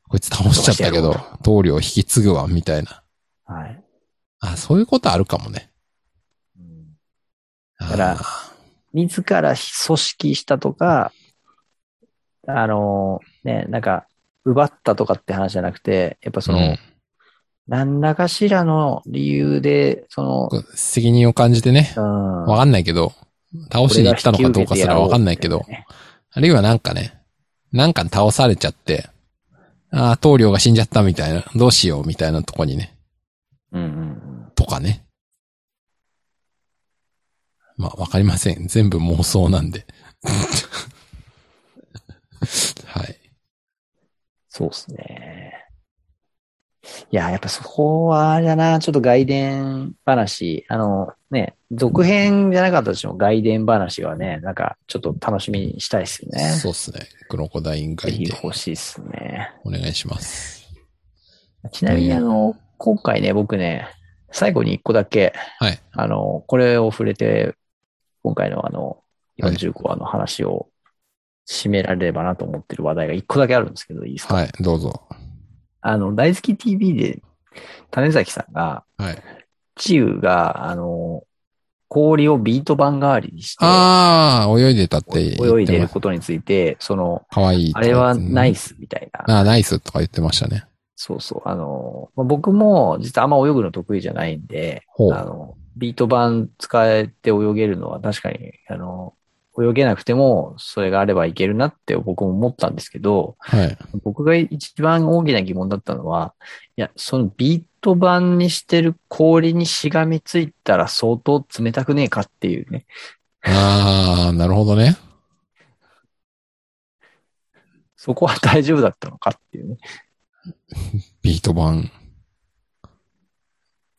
S1: こいつ倒しちゃったけ
S2: どう
S1: ど
S2: して、
S1: 棟梁を引き継ぐわ、みたいな。
S2: はい。
S1: あ、そういうことあるかもね。
S2: うん
S1: あ
S2: だから
S1: ー
S2: 自ら組織したとか、あの、ね、なんか、奪ったとかって話じゃなくて、やっぱその、
S1: うん
S2: 何らかしらの理由で、その、
S1: こう責任を感じてね、
S2: うん。
S1: わかんないけど、倒しに行ったのかどうかすらわかんないけど、あるいはなんかね、なんか倒されちゃって、ああ、棟梁が死んじゃったみたいな、どうしようみたいなとこにね、
S2: うんうん
S1: とかね。まあ、わかりません。全部妄想なんで。 はい。
S2: そうですね。いや、やっぱそこはあれだな、ちょっと外伝話、あのね、続編じゃなかったとしても外伝話はね、なんかちょっと楽しみにしたいですよね。
S1: そうっすね。クロコダインが
S2: ぜ
S1: い
S2: ひ
S1: て、
S2: 欲しいですね。
S1: お願いします。
S2: ちなみに
S1: うん
S2: あの、今回ね、僕ね、最後に一個だけ、
S1: はい。
S2: あの、これを触れて、今回のあの、
S1: はい
S2: 45話の話を締められればなと思ってる話題が一個だけあるんですけど、いいですか、
S1: はい、どうぞ。
S2: あの、大好き TV で、種崎さんが、
S1: はい。
S2: チウが、あの、氷をビート板代わりにして、
S1: ああ、泳いでたって言ってま
S2: 泳いでることについて、その、
S1: かわいいと
S2: あ
S1: か
S2: れ
S1: 言ってね。
S2: はナイスみたいな。
S1: ああ、ナイスとか言ってましたね。
S2: そうそう。あの、まあ僕も実はあんま泳ぐの得意じゃないんで、あ
S1: ほう
S2: の、ビート板使えて泳げるのは確かに、あの、泳げなくても、それがあればいけるなって僕も思ったんですけど、
S1: はい。
S2: 僕が一番大きな疑問だったのは、いや、そのビート板にしてる氷にしがみついたら相当冷たくねえかっていうね。
S1: ああ、なるほどね。
S2: そこは大丈夫だったのかっていうね。
S1: ビート版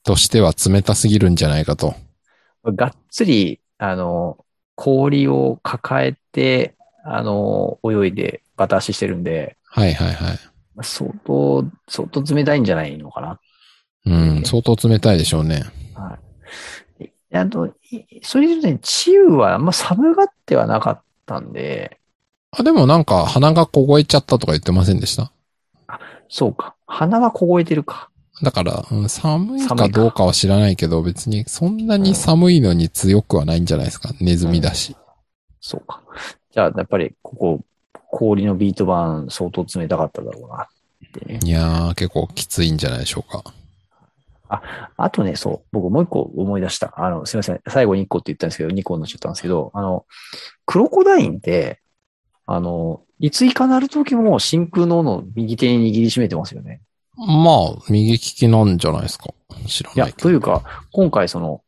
S1: としては冷たすぎるんじゃないかと。
S2: がっつり、あの、氷を抱えて、あの、泳いでバタ足してるんで、
S1: はいはいはい。
S2: 相当、相当冷たいんじゃないのかな。
S1: うん、相当冷たいでしょうね。
S2: はい。であと、いそれ以上に、チウはあんま寒がってはなかったんで、
S1: あ、でもなんか鼻が凍えちゃったとか言ってませんでした
S2: そうか。鼻は凍えてるか。
S1: だから、うん寒い
S2: 寒
S1: か
S2: いか
S1: どうかは知らないけど、別にそんなに寒いのに強くはないんじゃないですか。ネズミだし。
S2: そうか。じゃあ、やっぱり、ここ、氷のビート板相当冷たかっただろうなってね。
S1: いやー、結構きついんじゃないでしょうか。
S2: あとね、そう、僕もう一個思い出した。あの、すいません。最後に一個って言ったんですけど、二個になっちゃったんですけど、あの、クロコダインって、あの、いついかなる時も真空の斧を右手に握りしめてますよね。
S1: まあ、右利きなんじゃないですか。知ら
S2: い
S1: な
S2: や、
S1: いけど。
S2: というか、今回その、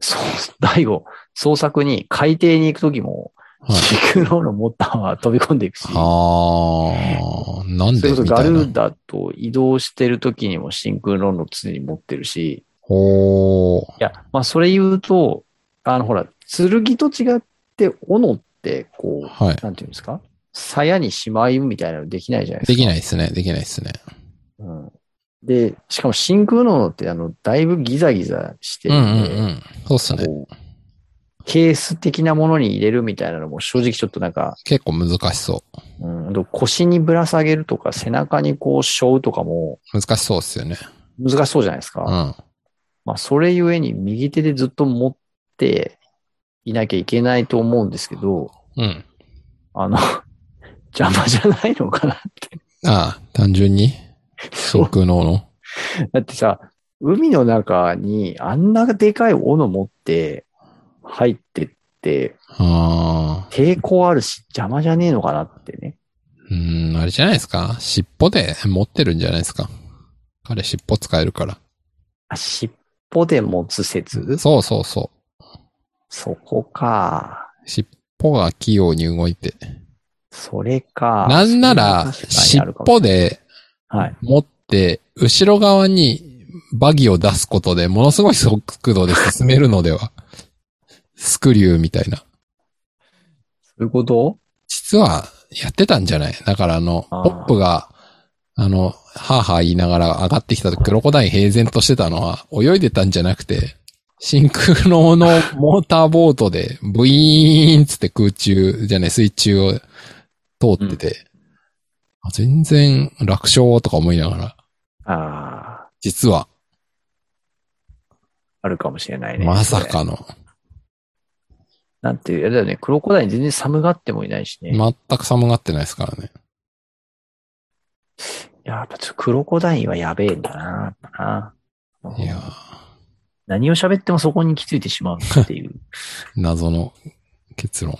S2: そう、大悟、捜索に海底に行く時も、
S1: はい
S2: シクローの持ったまま飛び込んでいくし、
S1: あー、なん
S2: そ
S1: で
S2: れこそ
S1: み
S2: ガ
S1: たい
S2: ル
S1: な。
S2: ーダと移動してる時にも真空ロンドン常に持ってるし、
S1: おー、
S2: いや、まあそれ言うと、あのほら、剣と違って斧ってこう、
S1: はい。
S2: なんていうんですか鞘にしまいみたいなのできないじゃないですか。
S1: できない
S2: い。
S1: ですね。できないですね。
S2: うん、で、しかも真空ロンドンってあの、だいぶギザギザして
S1: う
S2: る
S1: んうん
S2: で、
S1: んうん。そうっすね。
S2: こうケース的なものに入れるみたいなのも正直ちょっとなんか、
S1: 結構難しそ
S2: うん、あと腰にぶら下げるとか背中にこう背負うとかも
S1: う。難しそうっすよね。
S2: 難しそうじゃないですか。
S1: うん。
S2: まあそれゆえに右手でずっと持っていなきゃいけないと思うんですけど、
S1: うん。
S2: あの、 邪魔じゃないのかなって。
S1: ああ、単純 に真空のの。
S2: だってさ、海の中にあんなでかい斧持って入ってって、
S1: ああ。
S2: 抵抗あるし邪魔じゃねえのかなってね。
S1: うーん、あれじゃないですか尻尾で持ってるんじゃないですか彼尻尾使えるから。
S2: あ、尻尾で持つ説
S1: そうそうそ
S2: そこか。
S1: う。尻尾が器用に動いて。
S2: それか。
S1: なんなら、
S2: それは確かに
S1: 尻
S2: あるかも
S1: 尾
S2: しれない。
S1: で
S2: はい。
S1: 持って、後ろ側にバギを出すことで、ものすごい速度で進めるのでは。スクリューみたいな。
S2: そういうこと
S1: 実は、やってたんじゃないだからあの、ポ
S2: あー
S1: ップが、あの、はぁはぁ言いながら上がってきたとクロコダイン平然としてたのは、泳いでたんじゃなくて、真空ののモーターボートで、ブイーンつって空中、じゃない、水中を通ってて、あ全然楽勝とか思いながら、
S2: ああ、
S1: 実は、
S2: あるかもしれないね。
S1: まさかの、
S2: なんていう、あれだよね、クロコダイン全然寒がってもいないしね。
S1: 全く寒がってないですからね。
S2: やっぱちょっとクロコダインはやべえんだな、やっぱな。
S1: いや
S2: 何を喋ってもそこに行き着いてしまうっ ていう。い
S1: ー、謎の結論。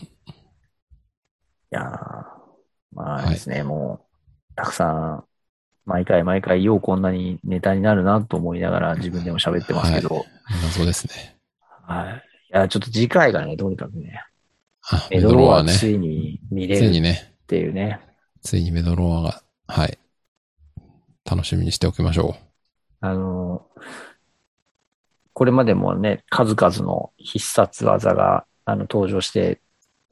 S2: やーま
S1: は
S2: あ
S1: い
S2: ですね、もう、たくさん、毎回毎回ようこんなにネタになるなと思いながら自分でも喋ってますけど、
S1: 謎ですね。
S2: はい。いや、ちょっと次回がね、とにかくね、
S1: あ、メ
S2: エ
S1: ド
S2: ド
S1: ロ
S2: ロ
S1: ワ
S2: ワ
S1: ーね。
S2: ついに見れ
S1: ついに
S2: るっ
S1: ね。
S2: ていうね。
S1: ついにメドロワが、はい。楽しみにしておきましょ
S2: あの、これまでもね、数々の必殺技があの登場して、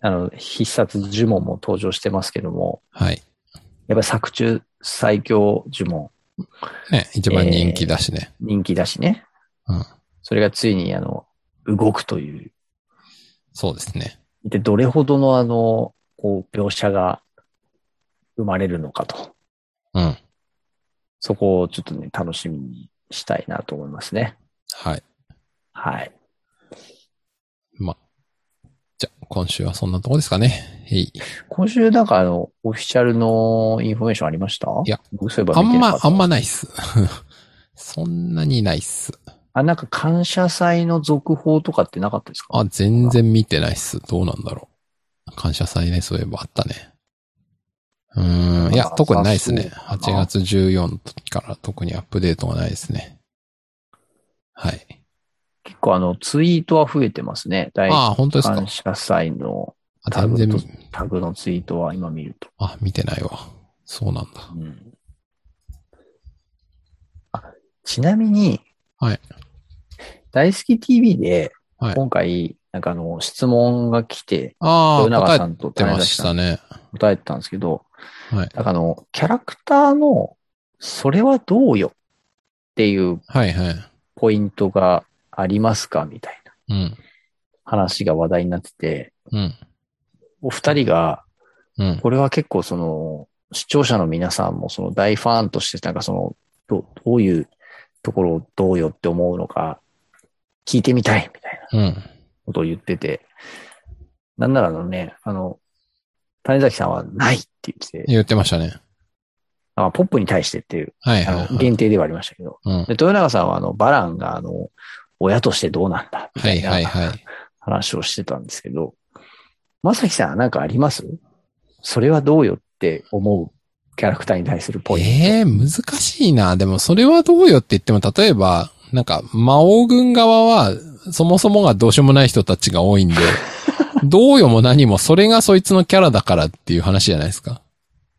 S2: あの、必殺呪文も登場してますけども、
S1: う。はい。
S2: やっぱり作中最強呪文
S1: ね、一番人気だしね。
S2: 人気だしね。
S1: うん。
S2: それがついにあの、動くという。
S1: そうですね。
S2: で、どれほどのあの、こう、描写が生まれるのかと。
S1: うん。
S2: そこをちょっとね、楽しみにしたいなと思いますね。
S1: はい。
S2: はい。
S1: ま、じゃあ、今週はそんなとこですかね。へい。
S2: 今週なんかあの、オフィシャルのインフォメーションありました
S1: いや、
S2: 僕そういえば
S1: あ
S2: 見て
S1: ん
S2: なか
S1: ま
S2: っ、た
S1: あんまないっす。 そんなにないっす。
S2: あ、なんか感謝祭の続報とかってなかったですか
S1: あ、全然見てないっす。どうなんだろう。感謝祭ね、そういえばあったね。うーん。いや、特にないっすね。
S2: あそう
S1: 8月14から特にアップデートがないですね。はい。
S2: 結構あの、ツイートは増えてますね。第
S1: ああ、本当ですか
S2: 感。謝祭の
S1: あ
S2: タグ
S1: 全
S2: と
S1: 然、
S2: タグのツイートは今見ると。
S1: あ、見てないわ。そうなんだ。
S2: うんあちなみに、
S1: はい
S2: 大好き TV で
S1: はい、
S2: 今回、なんかあの、質問が来て、
S1: ああ、
S2: 豊永
S1: 答
S2: さ
S1: え
S2: んと
S1: て
S2: 田
S1: ま
S2: 中
S1: し
S2: さん
S1: たね。
S2: 答えてたんですけど、
S1: はい
S2: なんかあの、キャラクターの、それはどうよっていう
S1: はいはい。
S2: ポイントがありますかみたいな
S1: うん。
S2: 話が話題になってて、
S1: うん。
S2: お二人が、
S1: うん。
S2: これは結構その、視聴者の皆さんもその大ファンとして、なんかその、どうどういうところをどうよって思うのか、聞いてみたいみたいな
S1: うん。
S2: ことを言ってて、なんならあのね、あの、谷崎さんはないって言ってて、
S1: 言ってましたね。
S2: あポップに対してっていう
S1: はいはい、
S2: あの、
S1: はい。
S2: 限定ではありましたけど。
S1: うん。
S2: で、豊永さんは、あの、バランが、あの、親としてどうなんだみ
S1: は
S2: た
S1: い
S2: い
S1: はい
S2: な
S1: はい。
S2: 話をしてたんですけど、まさきさん、なんかありますそれはどうよって思うキャラクターに対するポイント。
S1: ええ難しいな。でも、それはどうよって言っても、例えば、 なんか、魔王軍側は、そもそもがどうしようもない人たちが多いんで、どうよも何も、それがそいつのキャラだからっていう話じゃないですか。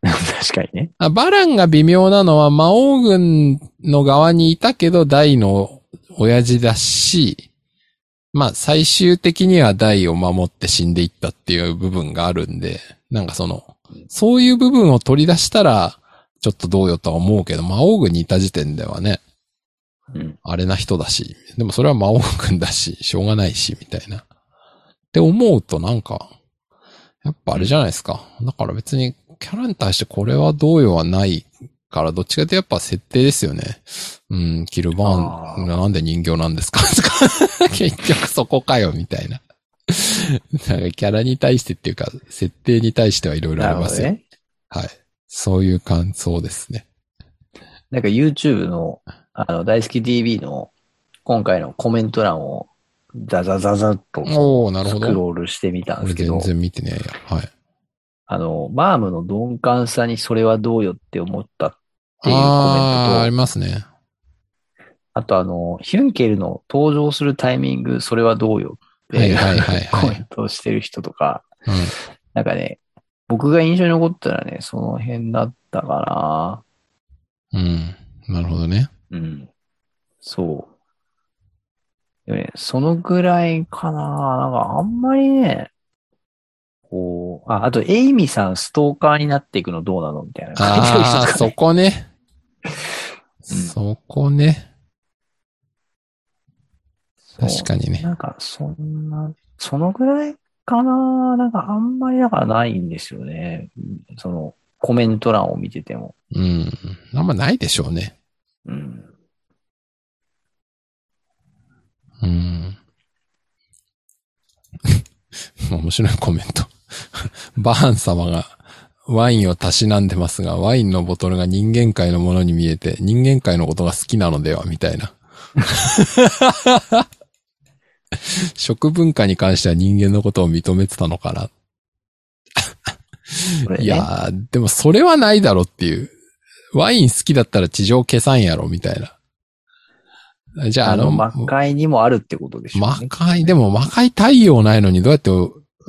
S2: 確かにね。
S1: あバランが微妙なのは、魔王軍の側にいたけど、大の親父だし、まあ、最終的には大を守って死んでいったっていう部分があるんで、なんかその、そういう部分を取り出したら、ちょっとどうよとは思うけど、魔王軍にいた時点ではね、
S2: うん。
S1: あれな人だし、でもそれは魔王軍だし、しょうがないし、みたいな。って思うとなんか、やっぱあれじゃないですか。だから別にキャラに対してこれはどうよはないから、どっちかってやっぱ設定ですよね。うん、キルバーン、なんで人形なんですかとか 結局そこかよ、みたいな。なんかキャラに対してっていうか、設定に対してはいろいろあ
S2: な
S1: り
S2: るほ
S1: ま
S2: ど
S1: すよ。
S2: ね。
S1: はい。そういう感想ですね。
S2: なんか YouTube の、あの、大好き DB の今回のコメント欄をザザザザッと
S1: おー、なる
S2: ス
S1: ほ
S2: ク
S1: ど。
S2: ロールしてみたん
S1: 俺
S2: ですけ
S1: 全
S2: ど、
S1: 然見てねえや。はい。
S2: あの、マームの鈍感さにそれはどうよって思ったっていうコメン
S1: あーあ
S2: ト
S1: り
S2: と、
S1: ますね。
S2: あとあの、ヒュンケルの登場するタイミング、それはどうよって
S1: はいいうはいはいはい
S2: コメントをしてる人とか、
S1: うん。
S2: なんかね、僕が印象に残ったらね、その辺だったか
S1: うん。なるほど ね。
S2: な。うん。そう。でもね、そのぐらいかな。なんかあんまりね、こう、あ、あと、エイミさんストーカーになっていくのどうなのみたいな。書いてる人
S1: ああ、
S2: とかね
S1: そこね。
S2: うん
S1: そこね。
S2: そう
S1: 確かにね。
S2: なんか、そんな、そのぐらいかな。なんかあんまりだからないんですよね。うんその、コメント欄を見てても。
S1: うん。あんまないでしょうね。
S2: うん。
S1: うん。 面白いコメント。 バーン様がワインをたしなんでますが、ワインのボトルが人間界のものに見えて、人間界のことが好きなのでは、みたいな。 食文化に関しては人間のことを認めてたのかな
S2: これね
S1: いやー、でもそれはないだろっていう。ワイン好きだったら地上消さんやろ、みたいな。じゃあ、
S2: あ
S1: あの、
S2: の、魔界にもあるってことでしょう
S1: 魔
S2: ね。
S1: 界、でも魔界太陽ないのにどうやって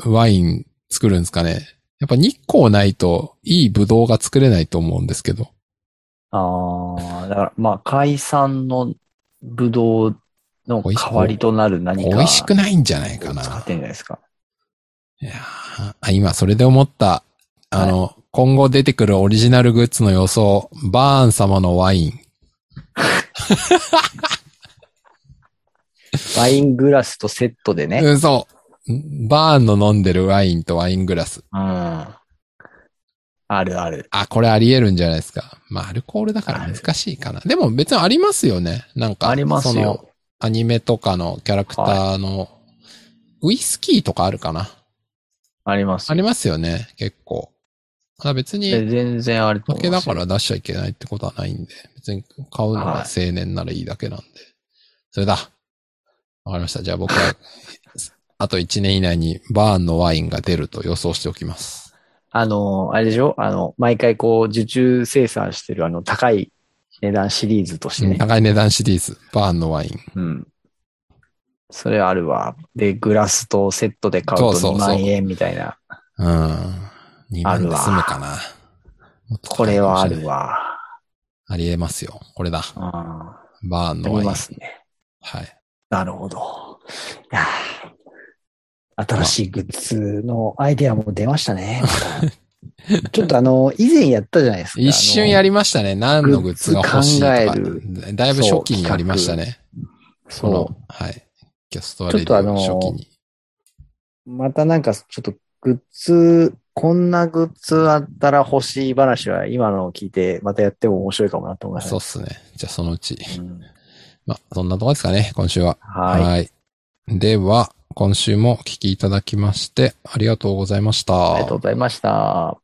S1: ワイン作るんですかね。やっぱ日光ないといいブドウが作れないと思うんですけど。
S2: ああ、だから、まあ、海産のブドウの代わりとなる何
S1: 美
S2: か。
S1: 味しくないんじゃないかな。
S2: 使ってんじゃないですか。
S1: いやーあ今それで思った。あの、今後出てくるオリジナルグッズの予想。バーン様のワイン。
S2: ワイングラスとセットでね。
S1: うん、そう。バーンの飲んでるワインとワイングラス。
S2: うん。あるある。
S1: あ、これあり得るんじゃないですか。まあ、アルコールだから難しいかな。でも別にありますよね。なんか、
S2: あります
S1: その
S2: よ。
S1: アニメとかのキャラクターの、ウイスキーとかあるかな。
S2: あります
S1: あ。りますよね、結構。ただ別
S2: で
S1: に、
S2: 全然あると思
S1: 酒
S2: いま
S1: だ
S2: す
S1: か
S2: よ
S1: ら出しちゃいけないってことはないんで、別に買うのが青年ならいいだけなんで。それだ。わかりました。じゃあ僕は、 あと1年以内にバーンのワインが出ると予想しておきます。
S2: あの、あれでしょあの、毎回こう、受注生産してるあの、高い値段シリーズとしてね。
S1: 高い値段シリーズ、バーンのワイン。
S2: うん。それあるわ。で、グラスとセットで買うと
S1: そうそうそう
S2: 2万円みたいな。
S1: うん。2万で済むかな。もっと
S2: こ
S1: 高い
S2: れ
S1: かも
S2: はあ
S1: しれない
S2: るわ。
S1: ありえますよ。これだ。
S2: うんあ
S1: バーンのワ
S2: り
S1: イン。
S2: ますね。
S1: はい。
S2: なるほど。いやー新しいグッズのアイデアも出ましたね。 ちょっとあの、以前やったじゃないですか。
S1: 一瞬やりましたね。何のグッズが欲しいと
S2: グ
S1: か
S2: ッズ。
S1: だいぶ初期にやりましたね。
S2: あの
S1: こ
S2: そう
S1: の、はい。キャストアレディオの初期に。
S2: またなんかちょっとグッズ、こんなグッズあったら欲しい話は今のを聞いてまたやっても面白いかもなと思います
S1: そう
S2: ね
S1: っ。すね。じゃあそのうち。
S2: うん
S1: まあ、そんなとこですかね、今週は。
S2: はい。
S1: では、今週もお聞きいただきまして、ありがとうございました。
S2: ありがとうございました。